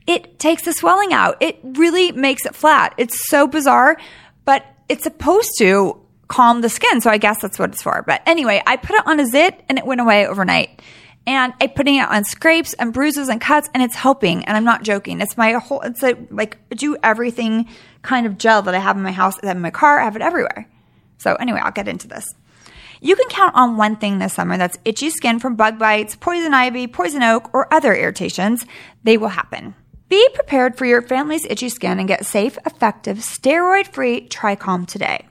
[SPEAKER 1] it takes the swelling out. It really makes it flat. It's so bizarre, but it's supposed to calm the skin. So I guess that's what it's for. But anyway, I put it on a zit and it went away overnight. and I'm putting it on scrapes and bruises and cuts, and it's helping. And I'm not joking. It's my whole. It's a, like do everything kind of gel that I have in my house, I have in my car, I have it everywhere. So anyway, I'll get into this. You can count on one thing this summer that's itchy skin from bug bites, poison ivy, poison oak, or other irritations. They will happen. Be prepared for your family's itchy skin and get safe, effective, steroid free Tricom today.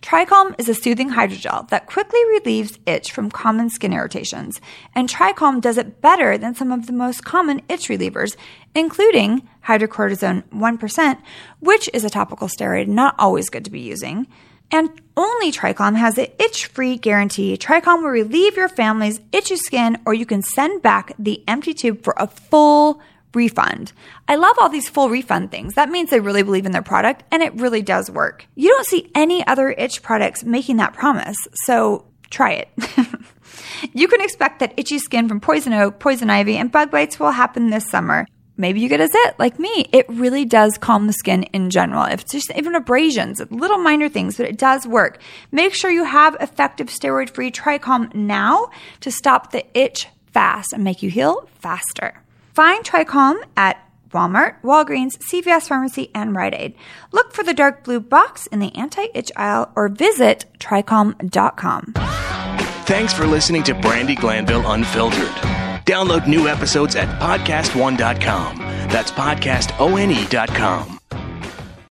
[SPEAKER 1] Tricom is a soothing hydrogel that quickly relieves itch from common skin irritations, and Tricom does it better than some of the most common itch relievers, including hydrocortisone 1%, which is a topical steroid not always good to be using. And only Tricom has the itch free guarantee. Tricom will relieve your family's itchy skin, or you can send back the empty tube for a full refund. I love all these full refund things. That means they really believe in their product and it really does work. You don't see any other itch products making that promise, so try it. you can expect that itchy skin from poison oak, poison ivy, and bug bites will happen this summer. Maybe you get a zit like me. It really does calm the skin in general. If it's just even abrasions, little minor things, but it does work. Make sure you have effective steroid free Tricom now to stop the itch fast and make you heal faster. Find Tricom at Walmart, Walgreens, CVS Pharmacy, and Rite Aid. Look for the dark blue box in the anti itch aisle or visit tricom.com.
[SPEAKER 4] Thanks for listening to Brandy Glanville Unfiltered. E Download new episodes at podcastone.com. That's podcastone.com.